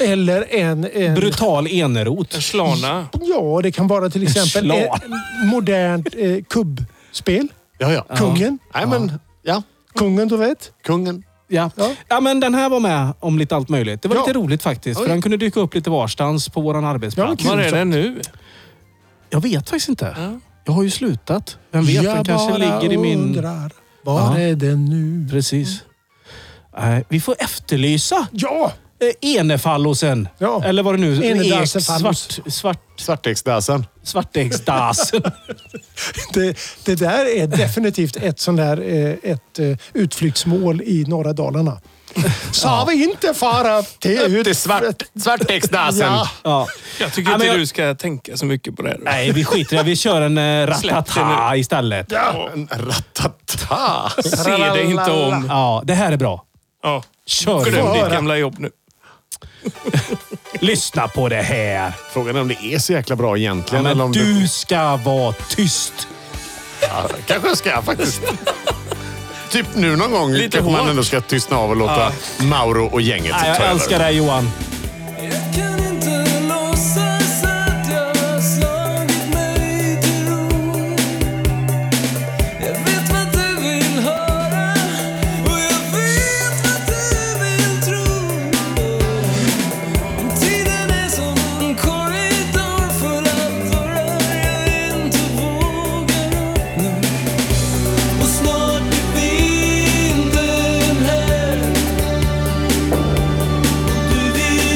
B: Eller en... en
C: Brutal enerot.
D: En slana?
B: Ja, det kan vara till exempel
C: Slan.
B: ett modernt eh, kubbspel.
A: Ja, ja.
B: Kungen.
A: Nej, men... Ja.
B: Kungen, du vet.
A: Kungen.
C: Ja.
B: Ja.
C: ja, men den här var med om lite allt möjligt. Det var
B: Ja.
C: lite roligt faktiskt. För
A: Oj.
C: den kunde dyka upp lite varstans på vår
B: Ja,
C: arbetsplats.
B: kul.
D: Var är den nu?
C: Jag vet faktiskt inte.
D: Ja.
C: Jag har ju slutat. Vem vet, den kanske ligger i min...
B: undrar, var
C: Ja.
B: är den nu?
C: Precis.
B: Mm.
C: Nej, vi får efterlysa
B: Ja!
C: eh, enefallosen.
B: Ja.
C: Eller vad det nu är.
B: Enedasenfallos.
C: Svart, svart,
A: Svarteksdasen.
C: svartäggsdasen.
B: Det, det där är definitivt ett sånt där eh, ett eh, utflyktsmål i norra Dalarna. Sa vi inte fara till...
A: Upp till svart, svarteksdasen.
B: Ja.
C: ja.
D: Jag tycker
C: Ja,
D: inte
C: men jag-
D: du ska tänka så mycket på det här.
C: Nej, vi skiter i det. Vi kör en eh,
D: Släpp det
C: ratata istället.
A: Ja. En ratata.
D: Se dig inte om.
C: Ja, det här är bra.
D: Ja.
C: Kör nu.
D: Glöm
B: höra.
D: ditt gamla jobb nu.
C: Lyssna på det här.
A: Frågan är om det är så jäkla bra egentligen. eller
C: Men
A: om det-
C: du ska vara tyst.
A: Ja, kanske jag ska faktiskt. typ nu någon gång
D: Lite
A: kanske
D: hårt.
A: man ändå ska tystna av och låta Mauro och gänget
C: Nej,
A: ta
C: jag
A: över.
C: älskar dig Johan.
F: Jag kan inte låtsas att jag har slagit mig till ro Jag vet vad du vill höra och jag vet vad du vill tro Tiden är som en korridor full av dörrar jag inte vågar öppna Och snart är vintern här du vill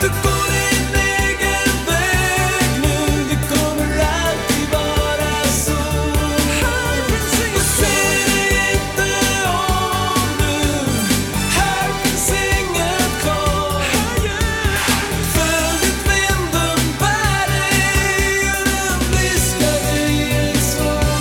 F: Du går din egen väg nu Det kommer alltid vara så Och se dig inte om nu Här finns inget kvar Följ ditt vinden bär dig Och den viskar dig ett svar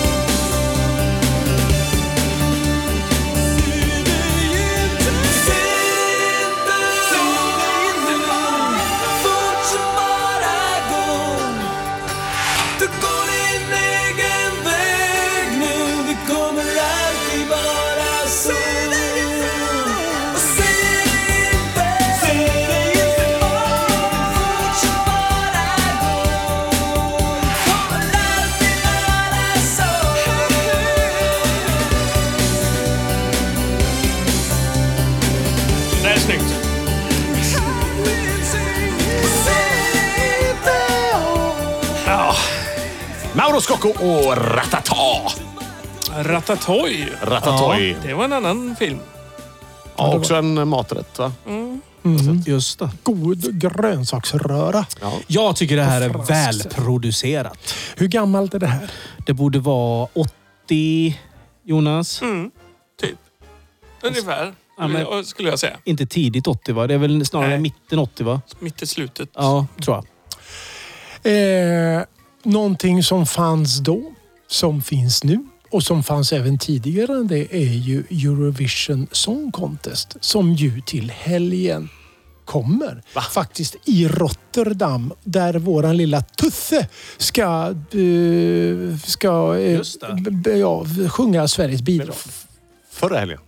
F: Yeah.
D: Det är snyggt.
A: Mauro Scocco och Ratata.
D: Ratatouille.
A: Ratatouille.
D: Det var en annan film.
A: Ja, också en eh, maträtt va?
C: Just det.
B: God grönsaksröra.
C: Jag tycker det här är
B: På franskt sätt.
C: välproducerat.
B: Hur gammalt är det här?
C: Det borde vara 80, Jonas.
D: Typ. Ungefär.
C: Ja, men-
D: Skulle- Skulle jag säga.
C: Inte tidigt 80 va? Det är väl snarare
D: Nej.
C: mitten 80 va?
D: Mitt i slutet.
C: Ja, tror jag.
B: Eh, någonting som fanns då, som finns nu och som fanns även tidigare det är ju Eurovision Song Contest som ju till helgen kommer. Faktiskt i Rotterdam där våran lilla Tuffe ska, eh, ska eh,
C: Just det.
B: b- b- ja, sjunga Sveriges bidrag.
A: Förra helgen.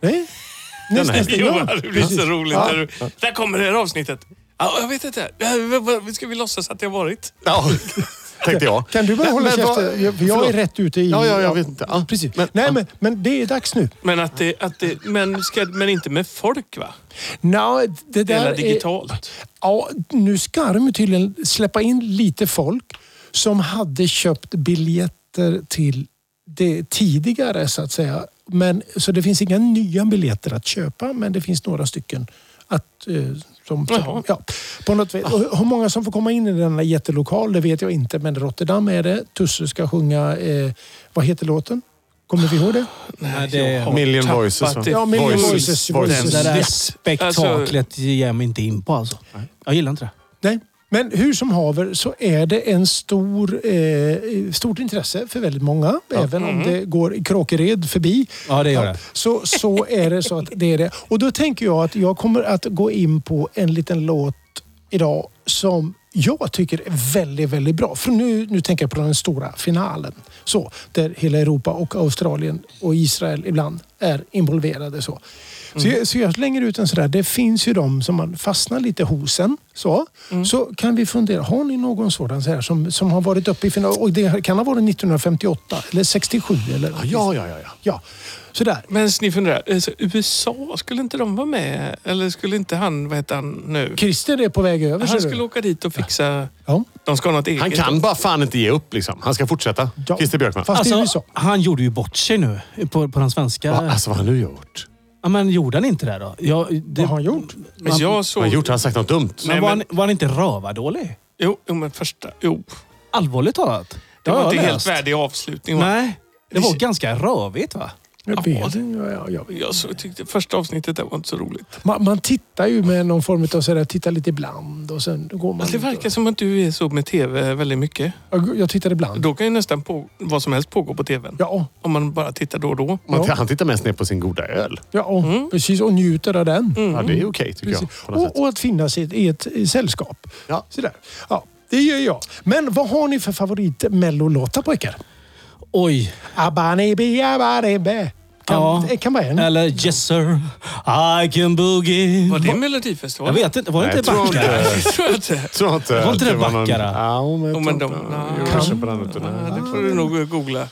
B: Nej? Näst,
A: här-
B: näst,
D: Jo,
B: ja.
D: det blir så
B: Precis.
D: roligt.
B: Ja.
D: när du- Där kommer det här avsnittet. Ja, jag vet inte. Ja, vad- vad- Ska vi låtsas att det har varit?
A: Ja, tänkte jag.
B: Kan du bara
A: Men-
B: hålla
A: men vad-
B: käften? Jag, jag är
A: förlåt.
B: rätt ute i...
A: Ja, ja, jag vet inte. Ja.
B: Precis.
A: Men- ah.
B: Nej,
A: ja.
B: men, men det är dags nu.
D: Men, att det, att det, men, ska, men inte med folk, va?
B: No, det där
D: Hela
B: är-
D: digitalt.
B: Ja, nu ska de ju tydligen släppa in lite folk som hade köpt biljetter till det tidigare så att säga. Men, så det finns inga nya biljetter att köpa men det finns några stycken att, eh, som,
D: Jaha.
B: ja, på något vis. Och hur många som får komma in i denna jättelokal det vet jag inte men Rotterdam är det. Tusse ska sjunga, eh, vad heter låten? Kommer vi ihåg det?
C: Nej, det
D: jag har
A: Million
D: tappat
A: Voices, va?
D: det.
B: Ja, Million
A: Voices,
B: Voices.
A: Voices.
C: Det
B: Voices.
C: där
B: Ja.
C: spektaklet ger jag mig inte in på alltså. Jag gillar inte det.
B: Nej, men hur som haver så är det en stor, eh, stort intresse för väldigt många. Även om det går Kråkered förbi.
C: Ja, det gör det.
B: Så, så är det så att det är det. Och då tänker jag att jag kommer att gå in på en liten låt idag som jag tycker är väldigt, väldigt bra. För nu, nu tänker jag på den stora finalen. Så, där hela Europa och Australien och Israel ibland är involverade. Så, så, jag, så jag slänger ut en sådär. Det finns ju de som man fastnar lite hos en. Så, så kan vi fundera. Har ni någon sådan så här som, som har varit uppe i final? Och det här kan ha varit 1958 eller 67 eller
A: Ja, ja, ja. ja.
B: Ja, sådär.
D: Men ni funderar, alltså, USA, skulle inte de vara med? Eller skulle inte han, vad heter han nu?
B: Christer är på väg över. ser
D: Han
B: du.
D: skulle åka dit och fixa...
B: ja.
D: De ska ha något eget.
A: Han kan bara fan inte ge upp liksom. Han ska fortsätta.
B: Ja.
A: Christer Björkman.
B: Fast det är ju
C: Alltså,
B: så.
C: han gjorde ju bort sig nu på, på den svenska.
A: Va, alltså vad har han nu gjort?
C: Ja, men gjorde han inte det då? Jag, det,
B: Vad har han gjort?
D: Men jag såg...
A: Vad har han gjort? Har han sagt något dumt?
C: Men
D: Nej,
C: var,
D: men-
C: Han, var han inte rövardålig?
D: Jo, jo, men första... Jo.
C: Allvarligt talat. Det,
D: Det
C: har
D: var
C: jag
D: inte helt
C: läst.
D: värdig avslutning. va?
C: Nej, det var ganska rövigt va?
B: Jag vet, inte, ja, ja, jag vet.
D: Jag så, tyckte första avsnittet där var inte så roligt.
B: Man, man tittar ju med någon form av sådär, titta lite ibland och sen går man...
D: Fast Alltså, det verkar som att du är så med tv väldigt mycket.
B: Jag, jag tittar ibland.
D: Då kan ju nästan på, vad som helst pågå på tvn.
B: Ja,
D: Om man bara tittar då och då.
A: Man,
B: Ja.
A: Han tittar mest ner på sin goda öl.
B: ja
D: Mm.
B: precis. Och njuter av den.
A: Ja, det är okej tycker jag.
B: Mm. Precis.
A: På något
B: Och,
A: sätt.
B: och att finnas i ett, i ett i sällskap.
A: Ja.
B: Sådär. Ja, det gör jag. Men vad har ni för favorit mellolåtar pojkar?
C: Oj.
B: Abanibi, abanibi. Kan,
C: Ja.
B: det kan vara en.
C: Eller Yes sir, I can boogie.
D: Var det
C: Mm. Jag
D: Melodifestivalen?
C: vet inte, var det
A: Nej,
C: inte
A: tror inte.
C: Backa?
D: Jag tror jag inte.
A: Tror inte
C: Var inte
A: att eh,
C: det
A: någon-
C: Baccarat?
A: Ja, men,
D: Jo,
A: jag
D: men
A: tror
D: de-
A: inte-
D: nej.
A: Jo, Kanske på den rutan.
D: Ja, det får du nog googla.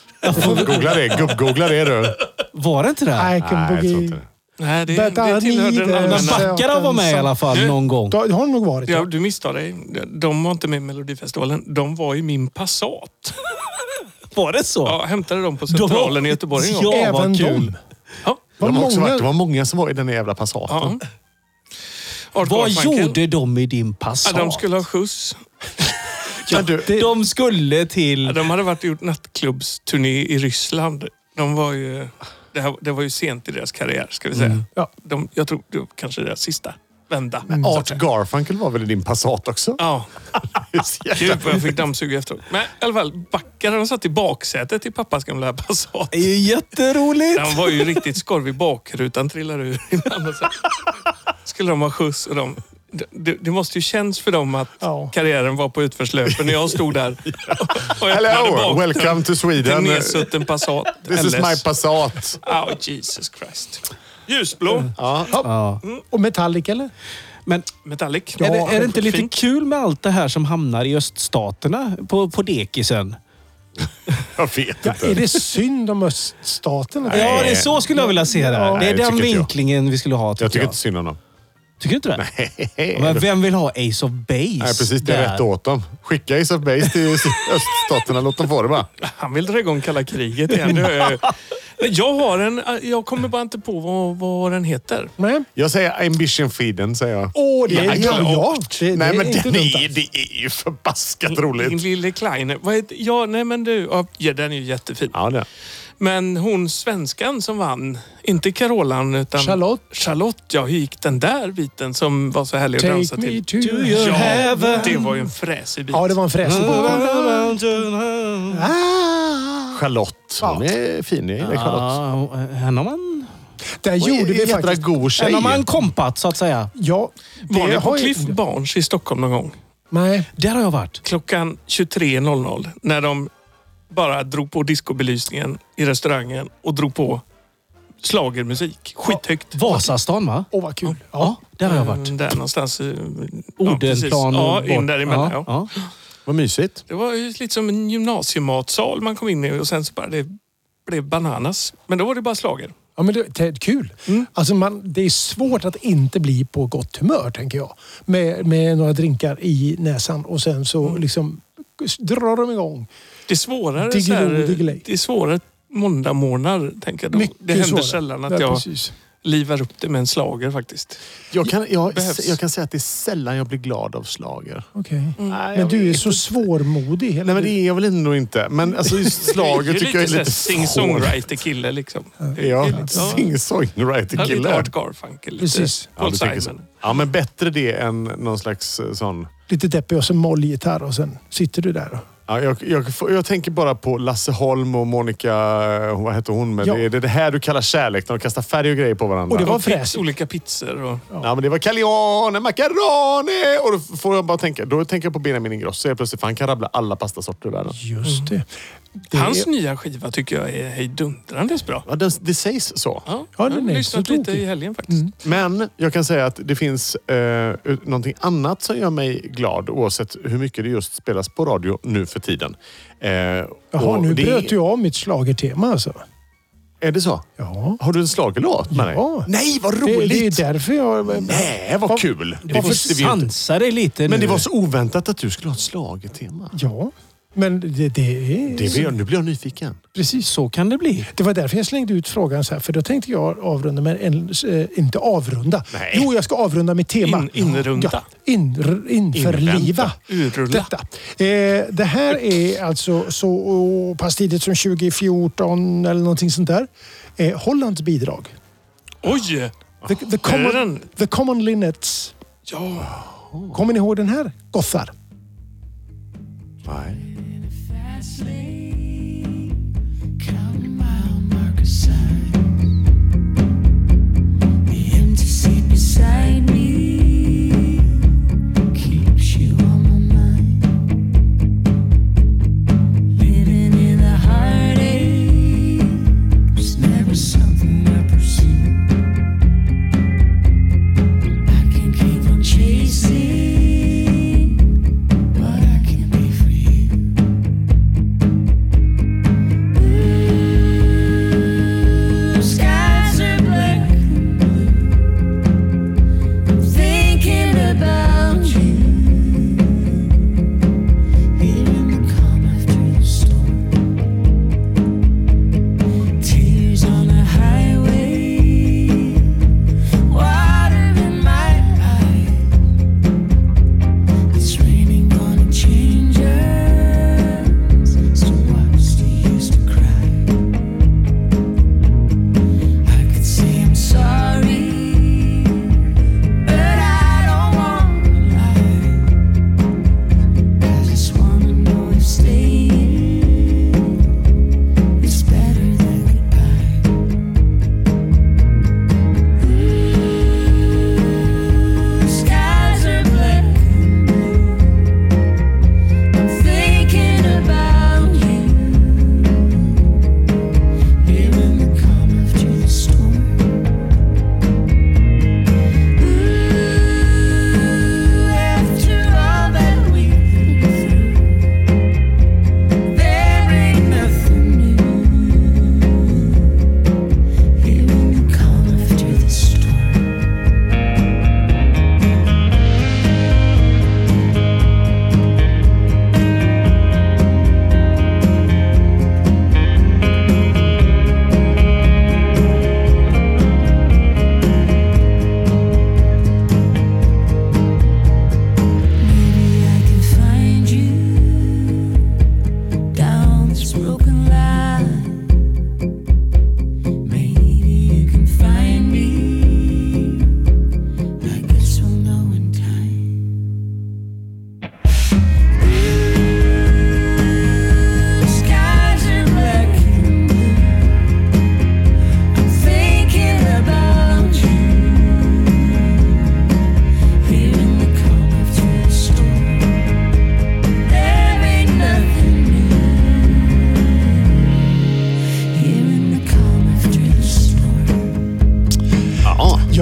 A: Googla det. Gubb-googla det du.
C: Var det inte det?
B: I
A: Nej,
B: can
A: jag tror inte
B: boogie.
A: det.
D: Nej, det,
B: Better
D: det tillhör
B: need
D: den
B: a-
C: Men
D: allmänna...
C: Baccara var med i alla fall
D: Du-
C: någon gång.
B: Då, det har det nog varit.
D: Ja,
B: Ja.
D: du misstar dig. De var inte med i Melodifestivalen. De var i min Passat.
C: Var det så?
D: Jag hämtade dem på Centralen i Göteborg en gång.
C: Ja, vad
B: Även
C: kul.
B: de.
D: Ja.
B: Vad
A: De har också
B: många-
A: varit, det var många som var i den jävla Passaten.
D: Ja.
C: Vad
D: Art Garfunkel.
C: gjorde de i din
D: Ja,
C: Passat?
D: de skulle ha skjuts.
A: Men du,
C: De skulle till...
D: Ja, de hade varit och gjort nattklubbsturné i Ryssland. De var ju, det, här, det var ju sent i deras karriär, ska vi säga.
B: Ja.
D: De, jag tror det var kanske deras sista vända. Så att
A: Art
D: säga.
A: Garfunkel var väl i din Passat också?
D: Ja,
A: Det är så jävla-
D: gud vad jag fick dammsuga efteråt. Men i alla fall, Baccar de satt i baksätet i pappas gamla Passat.
C: Det är ju jätteroligt!
D: Den var ju riktigt skorvig. Bakrutan trillade ur ibland. och så Skulle de ha skjuts och de... Det, det måste ju känns för dem att
B: Ja.
D: karriären var på utförslöpen när jag stod där och, och öppnade
A: Hello!
D: bak
A: Welcome to
D: till
A: Sweden.
D: nedsutten Passat
A: This is
D: LS.
A: my Passat.
D: Oh, Jesus Christ. Mm. Ljusblå.
B: Och Metallic eller?
C: Men
D: Metallic.
C: är, det, är det inte lite
D: Fint.
C: kul med allt det här som hamnar i öststaterna på, på dekisen?
A: Jag vet
B: Ja, är
A: inte.
B: det synd om öststaten?
A: Nej.
C: Ja, det är så skulle jag vilja se det.
A: Ja.
C: det är
A: Nej, det
C: den
A: tycker inte jag.
C: vinklingen vi skulle ha, tycker
A: Jag
C: jag.
A: tycker inte synd om dem.
C: Tycker du inte det?
A: Nej,
C: Men vem vill ha Ace of Base?
A: Nej, precis. Det är
C: där?
A: rätt åt dem. Skicka Ace of Base till öststaterna. Låt dem få det bara.
D: Han vill dra igång kalla kriget igen. Det hör jag ju. Men Jag har en... Jag kommer bara inte på vad, vad den heter.
B: Nej.
A: Jag säger Ambition Freedom, säger jag.
B: Åh, det
A: Ja,
B: är ja, ja. Det,
A: Nej,
B: det
A: men
B: är inte
A: den
B: dumt.
A: är, det är ju förbaskat
D: Din
A: roligt.
D: lille Kleiner. Vad heter, ja, nej men du. ja, Ja, den är ju jättefin.
A: Ja, det.
D: Men hon svenskan som vann, inte Carolan utan...
B: Charlotte.
D: Charlotte, ja. Hur gick den där biten som var så härlig att dansa
B: Take me
D: till?
B: to
C: your
B: your
D: Ja,
C: heaven.
D: det var ju en fräsig bit.
B: Ja, det var en fräsig bok.
A: Charlotte. Hon är fin. Jag gillar Charlotte.
C: Ja, henne har man,
B: Där
A: Hon är
B: gjorde
A: en
B: vi
A: jädra
B: faktiskt...
A: god
C: henne
A: tjej.
C: har man kompat, så att säga.
B: Ja, det
D: var ni på
B: har ju-
D: Cliff Barnes i Stockholm någon gång?
B: Nej.
C: Där har jag varit.
D: klockan 23.00 när de bara drog på discobelysningen i restaurangen och drog på schlagermusik. Skithögt.
C: Vasastan, va?
B: Åh, vad kul.
C: Ja, där har jag varit.
D: Mm, Där någonstans. eh, ja, precis.
C: Odenplan och
D: Ja, in
C: bort.
D: däremellan. Ja.
C: Ja, ja.
A: Vad mysigt.
D: Det var ju lite som en gymnasiematsal man kom in i och sen så bara det blev bananas. Men då var det bara slager.
B: Ja, men det, det är kul. Alltså man, det är svårt att inte bli på gott humör, tänker jag. Med, med några drinkar i näsan och sen så liksom s- drar de igång.
D: Det är svårare,
B: Diggiloo,
D: så här,
B: diggiley.
D: det är svårare måndagmorgnar, tänker jag.
B: Mycket
D: Det händer
B: svårare.
D: sällan
B: Ja,
D: att jag
B: precis.
D: livar upp det med en slager faktiskt.
A: Jag kan, jag,
D: Behövs.
A: jag kan säga att det är sällan jag blir glad av slager.
B: Okej.
A: Nej,
B: Men
A: jag
B: du är
A: vet
B: så
A: inte.
B: svårmodig. hela
A: Nej, men det
B: tiden.
A: är jag väl ändå inte. Men alltså, just slager tycker jag är lite svår.
D: sing-songwriter-kille liksom.
A: Ja,
D: Ja, Lite
A: sing-songwriter-kille.
D: Art Garfunkel.
B: Precis.
D: Lite
A: Ja,
D: Paul
A: du tänker så.
D: Simon.
A: ja, men bättre det än någon slags eh, sån...
B: Lite deppig och så mollgitarr och sen sitter du där. Och...
A: Ja, jag, jag, får- jag tänker bara på Lasse Holm och Monica... eh, Vad heter hon? Men
B: Ja.
A: det, är det här du kallar kärlek, när de kastar färg och grejer på varandra.
B: Och det var
D: Pizz,
B: fräsigt.
D: olika pizzor och...
A: Ja, men det var Calione, Macaroni! Och då får jag bara tänka. Då tänker jag på Benjamin Ingrosso helt plötsligt, för han kan rabbla alla pastasorter i världen.
B: Just det. det
D: Hans nya skiva tycker jag är hejdundrandes bra.
A: Ja, det, det sägs så.
D: Ja,
B: Ja,
D: jag
B: den
D: har
B: är
D: lyssnat
B: så
D: lite
B: tokig.
D: i helgen faktiskt.
A: Mm. Men jag kan säga att det finns eh, ut- någonting annat som gör mig glad oavsett hur mycket det just spelas på radio nu för tiden. Eh,
B: Jaha,
A: och
B: nu
A: det-
B: bröt du av mitt schlagertema alltså.
A: Är det så?
B: Ja.
A: Har du en schlagerlåt med dig?
B: Ja.
A: Nej, vad
B: Det, det är
A: roligt!
B: därför jag...
A: Nej, vad kul! Det
C: Du får
A: visste vi ju inte.
C: sansa dig lite nu.
A: Men det var så oväntat att du skulle ha ett schlagertema.
B: Ja, men det, det är...
A: Det blir jag, nu blir jag nyfiken.
B: Precis.
C: Så kan det bli.
B: Det var därför jag slängde ut frågan så här, för då tänkte jag avrunda, men en, eh, inte avrunda.
A: Nej.
B: Jo, jag ska avrunda mitt tema.
D: In- inrunda.
B: in, införliva.
D: Urrulla.
B: Detta. Eh, det här är alltså så pass tidigt som 2014 eller någonting sånt där. Eh, Hollands bidrag.
D: Oj!
B: The, the,
D: Är det
B: common,
D: den?
B: the common Linnets.
D: Ja.
B: Kommer ni ihåg den här? Gothar.
A: Nej.
F: Beside me keeps you on my mind. Living in a heartache was never something I pursued. I can keep on chasing what I can be for you. Ooh, skies are black and blue.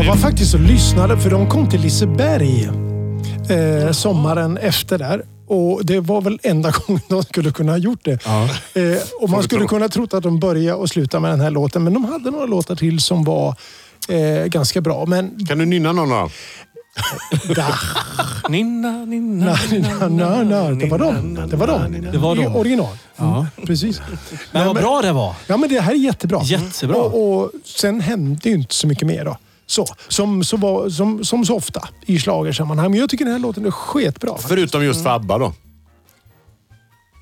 B: var faktiskt och lyssnade för de kom till Liseberg eh, sommaren efter där. Och Det var väl enda gången de skulle kunna ha gjort det. Eh, och Man skulle kunna trott att de började och slutade med den här låten, men de hade några låtar till som var eh, ganska bra. Men
A: Kan du nynna någon av dem?
B: da,
D: Ninna, ninna,
B: na, na, na, na, det var de. Det var de.
C: Det var de.
B: I Original. Mm,
C: Ja.
B: Precis.
C: Men vad bra det var.
B: Ja, men det här är jättebra.
C: Jättebra.
B: Och, och sen hände ju inte så mycket mer då. Så, som, så var, som, som så ofta i schlagersammanhang. Men jag tycker den här låten är sketbra.
A: Förutom just för ABBA då.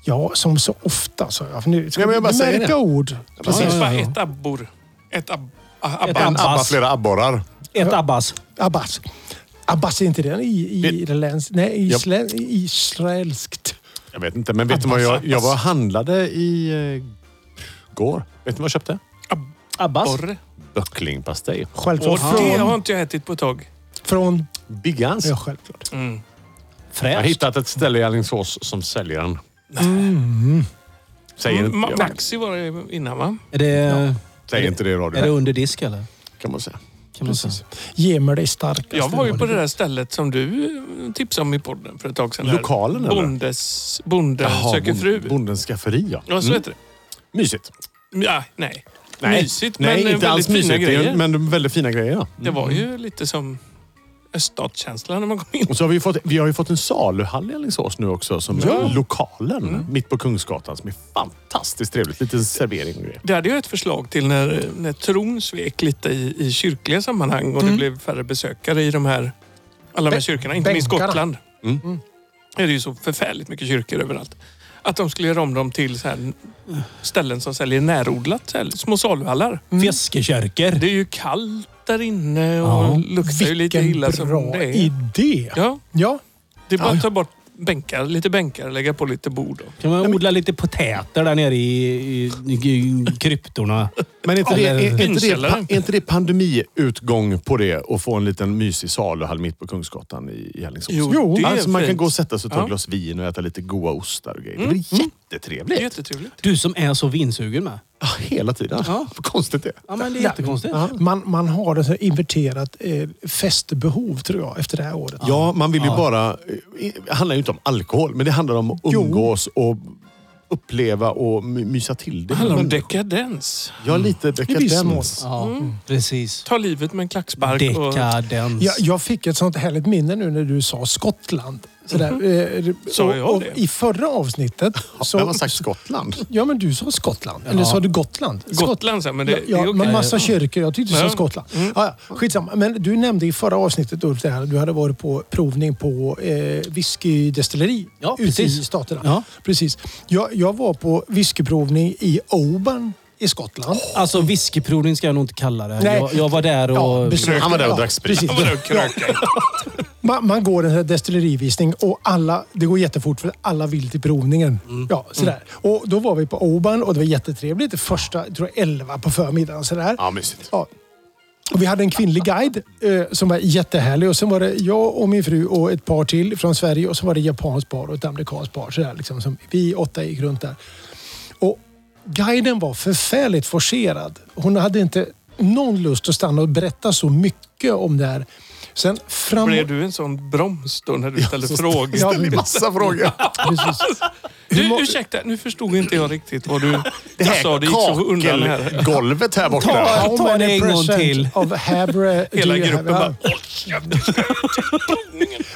B: Ja, som så ofta sa jag. För Nu ska
A: Ja, men jag bara
B: vi
A: säger det.
B: märka ord.
D: Det
B: Precis.
D: finns bara
C: ja, ja.
D: ett abbor. Ett ab-
C: Ett
D: abba.
A: En
C: Abbas.
A: ABBA, flera abborrar.
C: Ett Abbas.
B: Abbas. Abbas, är inte den i, i,
A: Det-
B: i, det läns- nej, i,
A: Ja.
B: slä, i israelskt?
A: Jag vet inte, men vet du vad jag, jag var och handlade i eh, går? Vet du vad jag köpte?
C: Abbas.
D: Borre.
A: Böcklingpastej.
B: Självklart.
D: Och det har
B: Från,
D: inte jag ätit på ett tag.
B: från...
A: Biggans.
B: Ja, självklart.
A: Jag har
C: Fräscht.
A: hittat ett ställe i Alingsås som säljer den. Säger, inte-
D: Mm. Ma-
A: jag
D: Maxi var det innan va?
C: Är det,
A: säger inte det i
C: är det
A: radio.
C: under disk eller?
A: Kan man säga.
C: Kan man säga. Mm.
B: Ge mig det starkaste.
D: Jag var ju på det
B: där.
D: där stället som du eh, tipsade om i podden för ett tag sedan.
A: Lokalen, eller?
D: eller? Bondes, bonde söker
A: bond-
D: fru.
A: Bondens skafferi ja.
D: ja, så
A: Mm.
D: heter det.
A: Mysigt.
D: Ja, nej. Mysigt,
A: Nej,
D: men eh,
A: inte
D: väldigt
A: alls
D: fina
A: mysigt. Det är-
D: grejer.
A: Men väldigt fina grejer. Ja.
D: Det var ju lite som öststatskänsla när man kom in.
A: Och så har vi, ju fått, vi har ju fått en saluhall i Alingsås nu också, som är lokalen
D: Mm.
A: mitt på Kungsgatan, som är fantastiskt trevligt. Lite servering och grejer.
D: Det hade jag ett förslag till när, när tron svek lite i, i kyrkliga sammanhang och det blev färre besökare i de här, alla de
B: Mm. Bä-
D: här kyrkorna, inte minst
B: bänkarna. Mm.
D: Gotland. Mm. Det är ju så förfärligt mycket kyrkor överallt. Att de skulle göra om dem till så här ställen som säljer närodlat, så här, små saluhallar.
B: Mm.
C: Fiskekörker.
D: Det är ju kallt där inne och
C: Ja.
D: luktar ju lite
B: Vilken
D: illa som
B: bra
D: det är.
B: idé.
D: Ja,
B: Ja.
D: det är bara att ta bort bänkar, lite bänkar och lägga på lite bord. och-
C: Kan man odla lite potäter där nere i, i, i kryptorna?
A: Men är inte, det, är, är, inte det,
D: Vinkällaren.
A: är inte det pandemiutgång på det och få en liten mysig saluhall mitt på Kungsgatan i, i Alingsås?
D: Jo,
B: Jo.
D: det är
A: Alltså man
D: fint.
A: kan gå och sätta sig och ta
D: Ja.
A: ett glas vin och äta lite goda ostar och grejer. Det blir
D: Det
A: jättetrevligt.
D: är jättetrevligt.
C: Du som är så vinsugen med.
A: Ja, hela tiden.
C: Ja.
A: Vad konstigt det är.
C: Ja, men det är jättekonstigt.
B: Man, man har ett så här inverterat eh, festbehov tror jag efter det här året.
A: Ja, man vill ju bara... eh, Det handlar ju inte om alkohol, men det handlar om att
B: Jo.
A: umgås och uppleva och my- mysa till det.
D: Det handlar om
A: Men-
D: dekadens.
A: Ja, lite
B: viss mån.
A: dekadens.
C: Ja, mm. precis.
D: Ta livet med en klackspark. Och...
C: Dekadens.
B: Jag, jag fick ett sånt härligt minne nu när du sa Skottland. Sådär, eh,
D: Mhm. Sa
B: och,
D: jag
B: och
D: det?
B: I förra avsnittet...
A: Så... Vem har sagt Skottland?
B: Ja, men du sa Skottland. Eller
C: Ja.
B: sa du Gotland? Skott-
D: Gotland, så här, men det, det
B: ja,
D: är okej.
B: men massa kyrkor. Jag tyckte du sa
D: Ja. Mm.
B: Skottland. Ja, ja, skitsamma. Men du nämnde i förra avsnittet Ulf, det här, du hade varit på provning på eh, whiskydestilleri
C: Ja,
B: ute i
C: precis.
B: staterna.
C: Ja.
B: Precis. Jag, jag var på whiskyprovning i Oban i Skottland.
C: Alltså whiskyprovning ska jag nog inte kalla det.
B: Nej.
C: Jag, jag var där
B: Ja,
C: och...
B: besökte-
A: Han var där och
B: ja,
A: drack sprit.
B: precis.
D: Ja, vadå, krökar?
B: Man, man går en sån här destillerivisning och alla, det går jättefort för alla vill till provningen.
D: Mm.
B: Ja, sådär. Och då var vi på Oban och det var jättetrevligt. Det första, jag tror jag, 11 på förmiddagen. Sådär.
A: Ja, mysigt.
B: Ja. Och vi hade en kvinnlig guide eh, som var jättehärlig. Och sen var det jag och min fru och ett par till från Sverige. Och så var det ett japanskt par och ett amerikanskt par. Sådär, liksom, som vi åtta gick runt där. Och guiden var förfärligt forcerad. Hon hade inte någon lust att stanna och berätta så mycket om det här. Sen fram...
D: Blev du en sån broms då när du ställde
A: så
D: frågor?
B: Ja,
A: Det är massa frågor.
B: precis.
D: Du, ursäkta, nu förstod inte jag riktigt vad du
A: Det
D: jag sa. Alltså, Det gick så undan här.
A: kakelgolvet här borta.
C: Ta-
B: How
C: ta
B: many
C: det en gång
B: percent
C: till.
B: Of Havre do
D: Hela
B: you
D: gruppen
B: have?
D: bara...
B: Ja.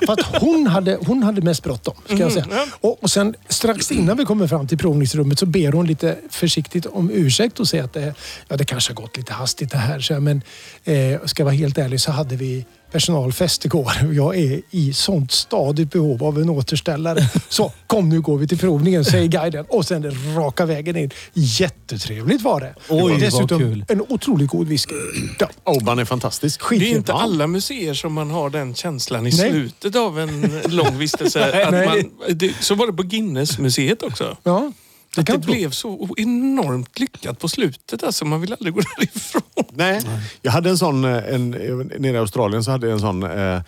B: För att hon hade, hon hade mest bråttom, ska
C: Mhm,
B: jag säga. Och, och sen strax innan vi kommer fram till provningsrummet så ber hon lite försiktigt om ursäkt och säger att det, ja, det kanske har gått lite hastigt det här. Så jag, men eh, ska jag vara helt ärlig så hade vi personalfest igår och jag är i sånt stadigt behov av en återställare. Så kom nu går vi till provningen, säger guiden. Och sen den raka vägen in. Jättetrevligt var det.
C: Oj,
B: Och
C: vad
B: dessutom
C: kul.
B: en otroligt god whisky. Ja,
A: Oban är fantastisk.
D: Det är
B: skitfint.
D: inte alla museer som man har den känslan i
B: Nej.
D: slutet av en lång vistelse. att
B: nej.
D: man, det, så var det på Guinness-museet också.
B: Ja, det
D: Att
B: kan
D: det
B: jag tro.
D: blev så enormt lyckat på slutet. Alltså, man vill aldrig gå därifrån.
A: Nej. Jag hade en sån, eh, en, nere i Australien så hade jag en sån eh,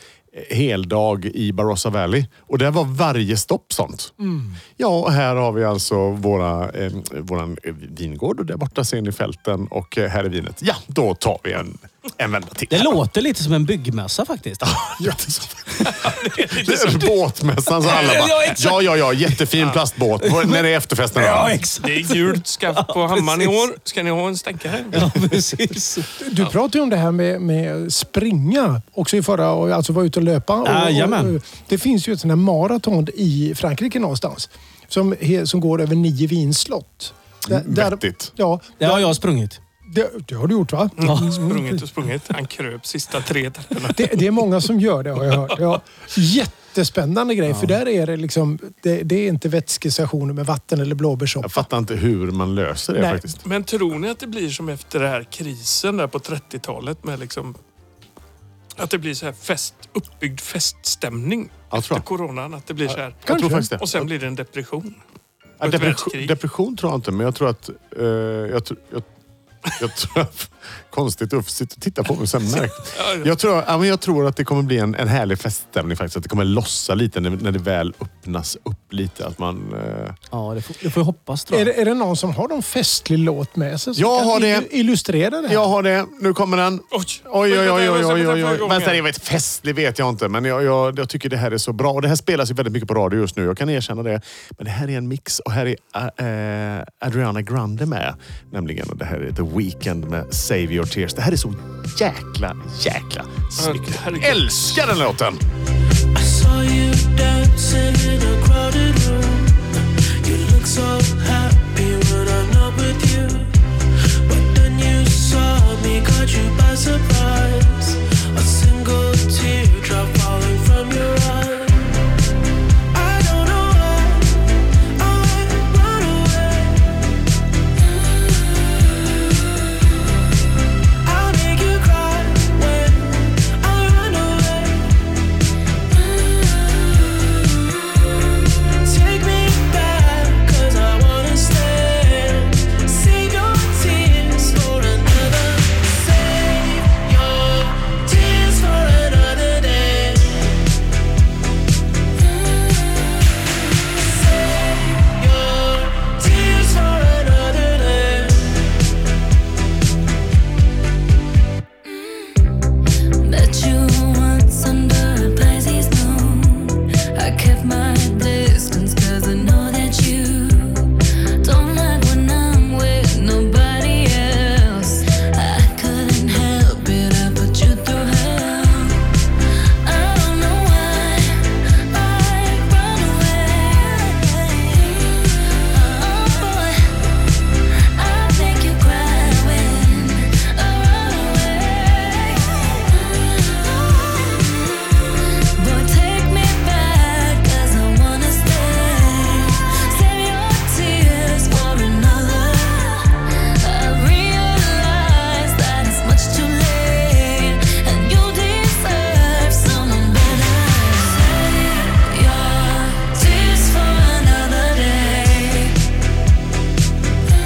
A: heldag i Barossa Valley. Och där var varje stopp sånt.
D: Mm.
A: Ja, och här har vi alltså våra, eh, våran vingård och där borta ser ni fälten och eh, här är vinet. Ja, då tar vi en en vända till.
C: Det låter lite som en byggmässa faktiskt.
A: Ja, det är så- Det är Båtmässan så alla bara,
C: Ja,
A: ja,
C: exakt.
A: ja, ja, jättefin plastbåt. När det är efterfesten.
C: Ja, exakt.
D: Det är gult skaft på hammaren i
C: precis.
D: år. Ska ni ha en stänkare?
C: Ja, precis.
B: Du pratar ju om det här med, med springa också i förra, och alltså vara ute och löpa. Och,
C: Jajamän.
B: och, det finns ju ett sånt här maraton i Frankrike någonstans som, he- som går över nio Wiens slott. Där- där-
A: Mm, Vettigt.
B: Ja,
C: Det har jag sprungit.
B: det, det har du gjort va?
D: Ja, sprungit och sprungit. Han kröp sista tre etapperna.
B: Det, det är många som gör det har jag hört. Ja, jättespännande grej, för där är det liksom... Det, det är inte vätskestationer med vatten eller blåbärssoppa.
A: Jag fattar inte hur man löser det
B: Nej.
A: faktiskt.
D: Men tror ni att det blir som efter den här krisen där på 30-talet med liksom... Att det blir så här fest, uppbyggd feststämning
A: Jag tror
D: efter
A: jag.
D: coronan. Att det blir så här.
A: Jag tror faktiskt det.
D: Och sen blir det en depression.
A: Ja,
D: ett
A: depression,
D: världskrig.
A: depression tror jag inte, men jag tror att... eh, jag, tr- jag, jag tror att konstigt Ulf sitter och tittar på mig och sen märker. Jag tror, ja, men jag tror att det kommer bli en, en härlig feststämning faktiskt. Att det kommer lossa lite när, när det väl öppnas upp lite. Att man... eh,
C: Ja, det får, det får jag hoppas tror
B: Är
C: jag.
B: det, är det någon som har någon festlig låt med sig som
A: Jag
B: kan
A: har det.
B: il- illustrera det här?
A: jag har det. Nu kommer den.
D: Oj,
A: Oj, oj, oj, oj, oj, oj, oj. Men
D: Men
A: sen är det ett festlig vet jag inte. Men jag, jag, jag tycker det här är så bra. Och det här spelas ju väldigt mycket på radio just nu. Jag kan erkänna det. Men det här är en mix och här är äh, äh, Adriana Grande med. Nämligen och det här är The Weeknd med Save Your Tears. Det här är så jäkla, jäkla snyggt.
D: herregud.
A: Älskar den låten!
F: Saw you dancing in a crowded room. You look so happy when I'm not with you. But then you saw me, caught you by surprise. A single teardrop falling from your eye. I don't know why I run away. I'll make you cry when I run away. Take me back, cause I wanna stay. Save your tears for another. Save your tears for another day. Save your tears for another day.
G: Met you once under a Pisces moon. I kept my distance cause I know that you don't like when I'm with nobody else. I couldn't help it, I put you through hell. I don't know why I run Oh, away. I'll make you cry when I run away. Boy, take me back, 'cause I wanna stay. Save your tears for another. I realize that it's much too late, and you deserve someone better. Save your tears for another day. Save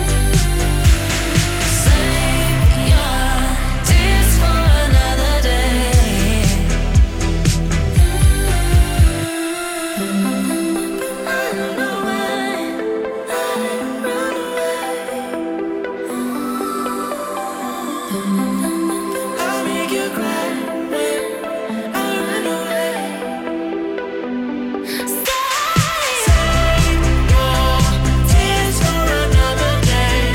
G: your tears for another day. I don't know why I run away.
F: I'll make you cry when I run away.
G: Save
F: Your tears for another day. I said, save your tears for another day.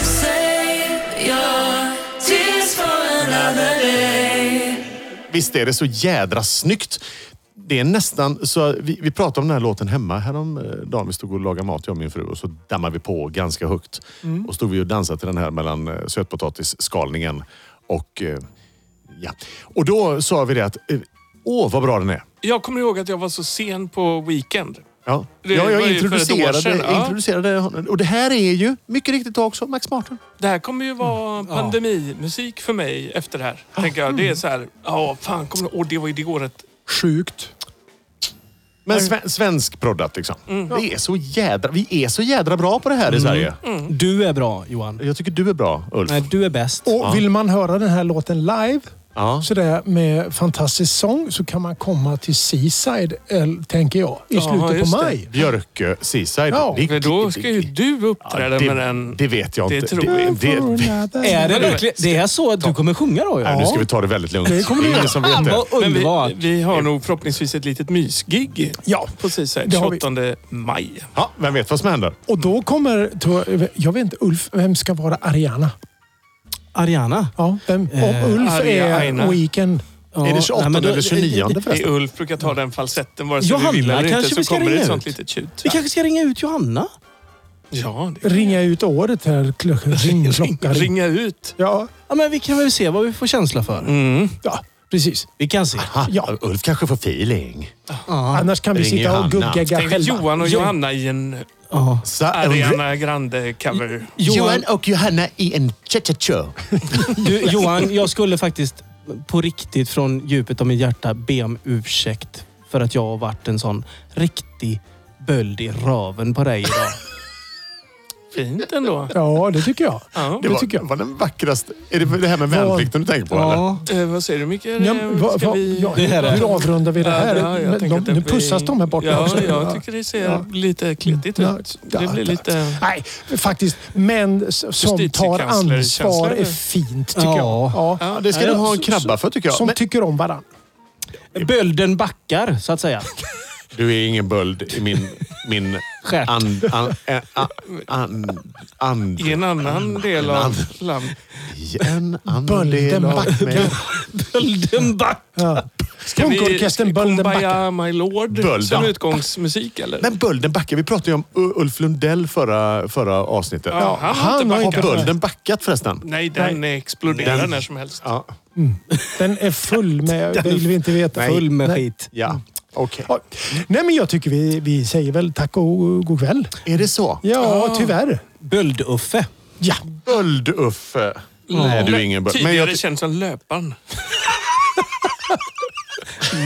G: save your tears for another day.
A: Visst är det så jädra snyggt. Det är nästan så... Vi, vi pratade om den här låten hemma häromdagen. Vi stod och lagade mat, jag och min fru, och så dammade vi på ganska högt.
D: Mm.
A: Och stod vi och dansade till den här mellan eh, sötpotatisskalningen och... eh, Ja. Och då sa vi det att... eh, Åh, vad bra den är.
D: Jag kommer ihåg att jag var så sen på weekend.
A: Ja.
D: Det
A: ja,
D: var ju för
A: jag
D: ett år
A: introducerade,
D: sedan, ja.
A: introducerade honom. Och det här är ju mycket riktigt också Max Martin.
D: Det här kommer ju vara
A: Mm.
D: pandemimusik för mig efter det här. Tänker jag. Det är så här, ja fan, kommer du- åh, det var ju det året.
B: Sjukt.
A: Men sve, svensk proddat liksom.
D: Mm.
A: Det är så jädra, vi är så jädra bra på det här i Sverige.
C: Du är bra Johan.
A: Jag tycker du är bra, Ulf.
C: Nej, du är bäst.
B: Och vill man höra den här låten live
A: Ja.
B: sådär med fantastisk sång så kan man komma till Seaside, el- tänker jag, i slutet på
D: just det.
B: maj.
A: Björkö Seaside.
B: Ja,
A: Det-
D: För då ska ju du
A: Ja,
D: uppträda
A: det,
D: med den.
A: det vet jag
D: det
A: inte.
D: tror jag
A: det, det,
C: Är det
D: Men du-
C: verkligen... Det är så att du kommer sjunga då?
A: Nej,
C: Ja.
A: nu ska vi ta det väldigt lugnt.
B: Det kommer du
A: är ingen
B: göra.
A: som vet
C: Fan
A: det.
C: vad
D: Men
C: underbart!
D: vi, vi har nog förhoppningsvis ett litet mysgig
B: Ja,
D: på Seaside
B: Det har vi.
D: 28 maj.
A: Ja, vem vet vad som händer?
B: och då kommer, tror jag- jag vet inte, Ulf, vem ska vara Ariana?
C: Ariana.
B: Ja, vem?
C: Eh,
B: Om Ulf
D: Ariana.
B: är Weekend.
C: Ja,
A: är det 28
C: nej, men då-
A: eller 29
D: Det är
A: förresten?
D: Ulf brukar ta den falsetten vare sig
C: Johanna
D: du vill eller
C: kanske
D: inte.
C: vi
D: Så
C: ska
D: kommer det
C: ringa
D: ett
C: ut.
D: sånt litet tjut.
C: Vi kanske ska ringa ut Johanna?
D: Ja, det
B: Ringa ut året här, klockan ringklocka. Ring.
D: Ringa ut.
B: Ja,
C: Ja, men vi kan väl se vad vi får känsla för.
D: Mm.
B: ja, precis.
C: Vi kan se.
A: Ha,
B: Ja.
A: Ulf kanske får feeling.
C: Ja.
B: Annars kan vi
A: Ring
B: sitta
A: Johanna.
B: och guggegga
D: Tänk dig
B: själva.
D: Johan och
B: Jo.
D: Johanna i en
C: Ja.
A: Så,
D: Ariana Grande-cover.
C: Johan,
A: och Johanna i en cha-cha-cha.
C: du, Johan, jag skulle faktiskt på riktigt från djupet av mitt hjärta be om ursäkt för att jag har varit en sån riktig böld i röven på dig idag.
D: Fint ändå.
B: Ja, det tycker jag.
D: Ja.
A: Det
B: Det
A: var,
B: tycker jag.
A: var den vackraste. Är det det här med värnplikten du tänker på? Eller?
C: Ja.
D: Eh, vad säger du Micke?
B: Ja,
D: Eh,
B: men va,
D: Ska
B: va,
D: vi...
B: ja,
C: Det här är-
B: hur avrundar vi det här?
D: Ja, jag
B: Men
D: tänker
B: de,
D: att det
B: nu pussas
D: blir-
B: de här borta
D: ja,
B: också.
D: jag tycker det ser
B: Ja.
D: lite kletigt
B: Ja,
D: ut. Det blir lite...
B: Nej, faktiskt. Män s- som tar
D: Justitiekansler-
B: ansvar
D: känsla,
B: är fint, tycker
C: Ja.
B: jag.
A: Ja, det ska
C: Nej,
A: de ha en
B: så-
A: krabba för tycker jag.
B: Som
A: Men,
B: tycker om varandra.
C: Bölden backar, så att säga.
A: du är ingen böld i min... min
C: Stjärt.
A: and, an, ä- a- an, and,
D: I en annan del av landet.
A: i en annan
B: Bölden
A: del av
B: backar.
A: mig.
C: Bölden backar!
B: Ja. Punkorkestern Böldenbacka.
D: Kumbaya My Lord
A: Bölda.
D: som utgångsmusik eller?
A: Men bölden backar. Vi pratade ju om U- Ulf Lundell förra, förra avsnittet.
D: Ja, han har inte
A: har
D: backat.
A: bölden backat förresten?
D: Nej, den exploderar
A: Den-
D: när som helst.
A: Ja.
B: Den är full med... Det vill vi inte veta.
C: Full med
B: Nej.
C: skit.
A: ja. Okej.
B: Ja. Nej, men jag tycker vi, vi säger väl tack och god kväll.
A: Är det så?
B: Ja, tyvärr.
C: Böld-Uffe.
B: Ja.
A: Böld-Uffe. Nej, du är ingen böld. Men
D: Tidigare
A: jag,
D: jag... känns som löparen.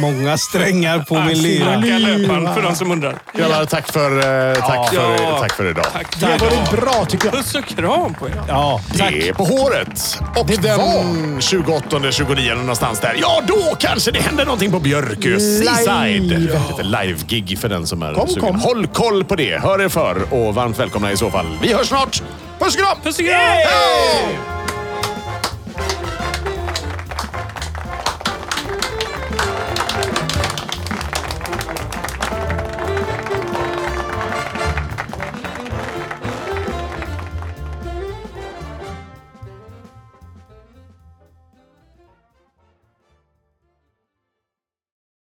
C: Många strängar på min lyra.
D: Raka löparen för de som undrar.
A: grabbar, tack för, eh, tack, för, tack för idag.
D: Tack.
B: Det var det bra, tycker jag.
D: Puss och kram på er.
C: Ja, tack.
A: Det är på håret. Och den 28, 29 någonstans där. Ja, då kanske det händer någonting på Björkö Seaside. Lite live-gig för den som är
B: Kom,
A: sugen.
B: kom.
A: Håll koll på det. Hör er för och varmt välkomna i så fall. Vi hörs snart. Puss och kram!
D: Puss och kram!
A: Hej!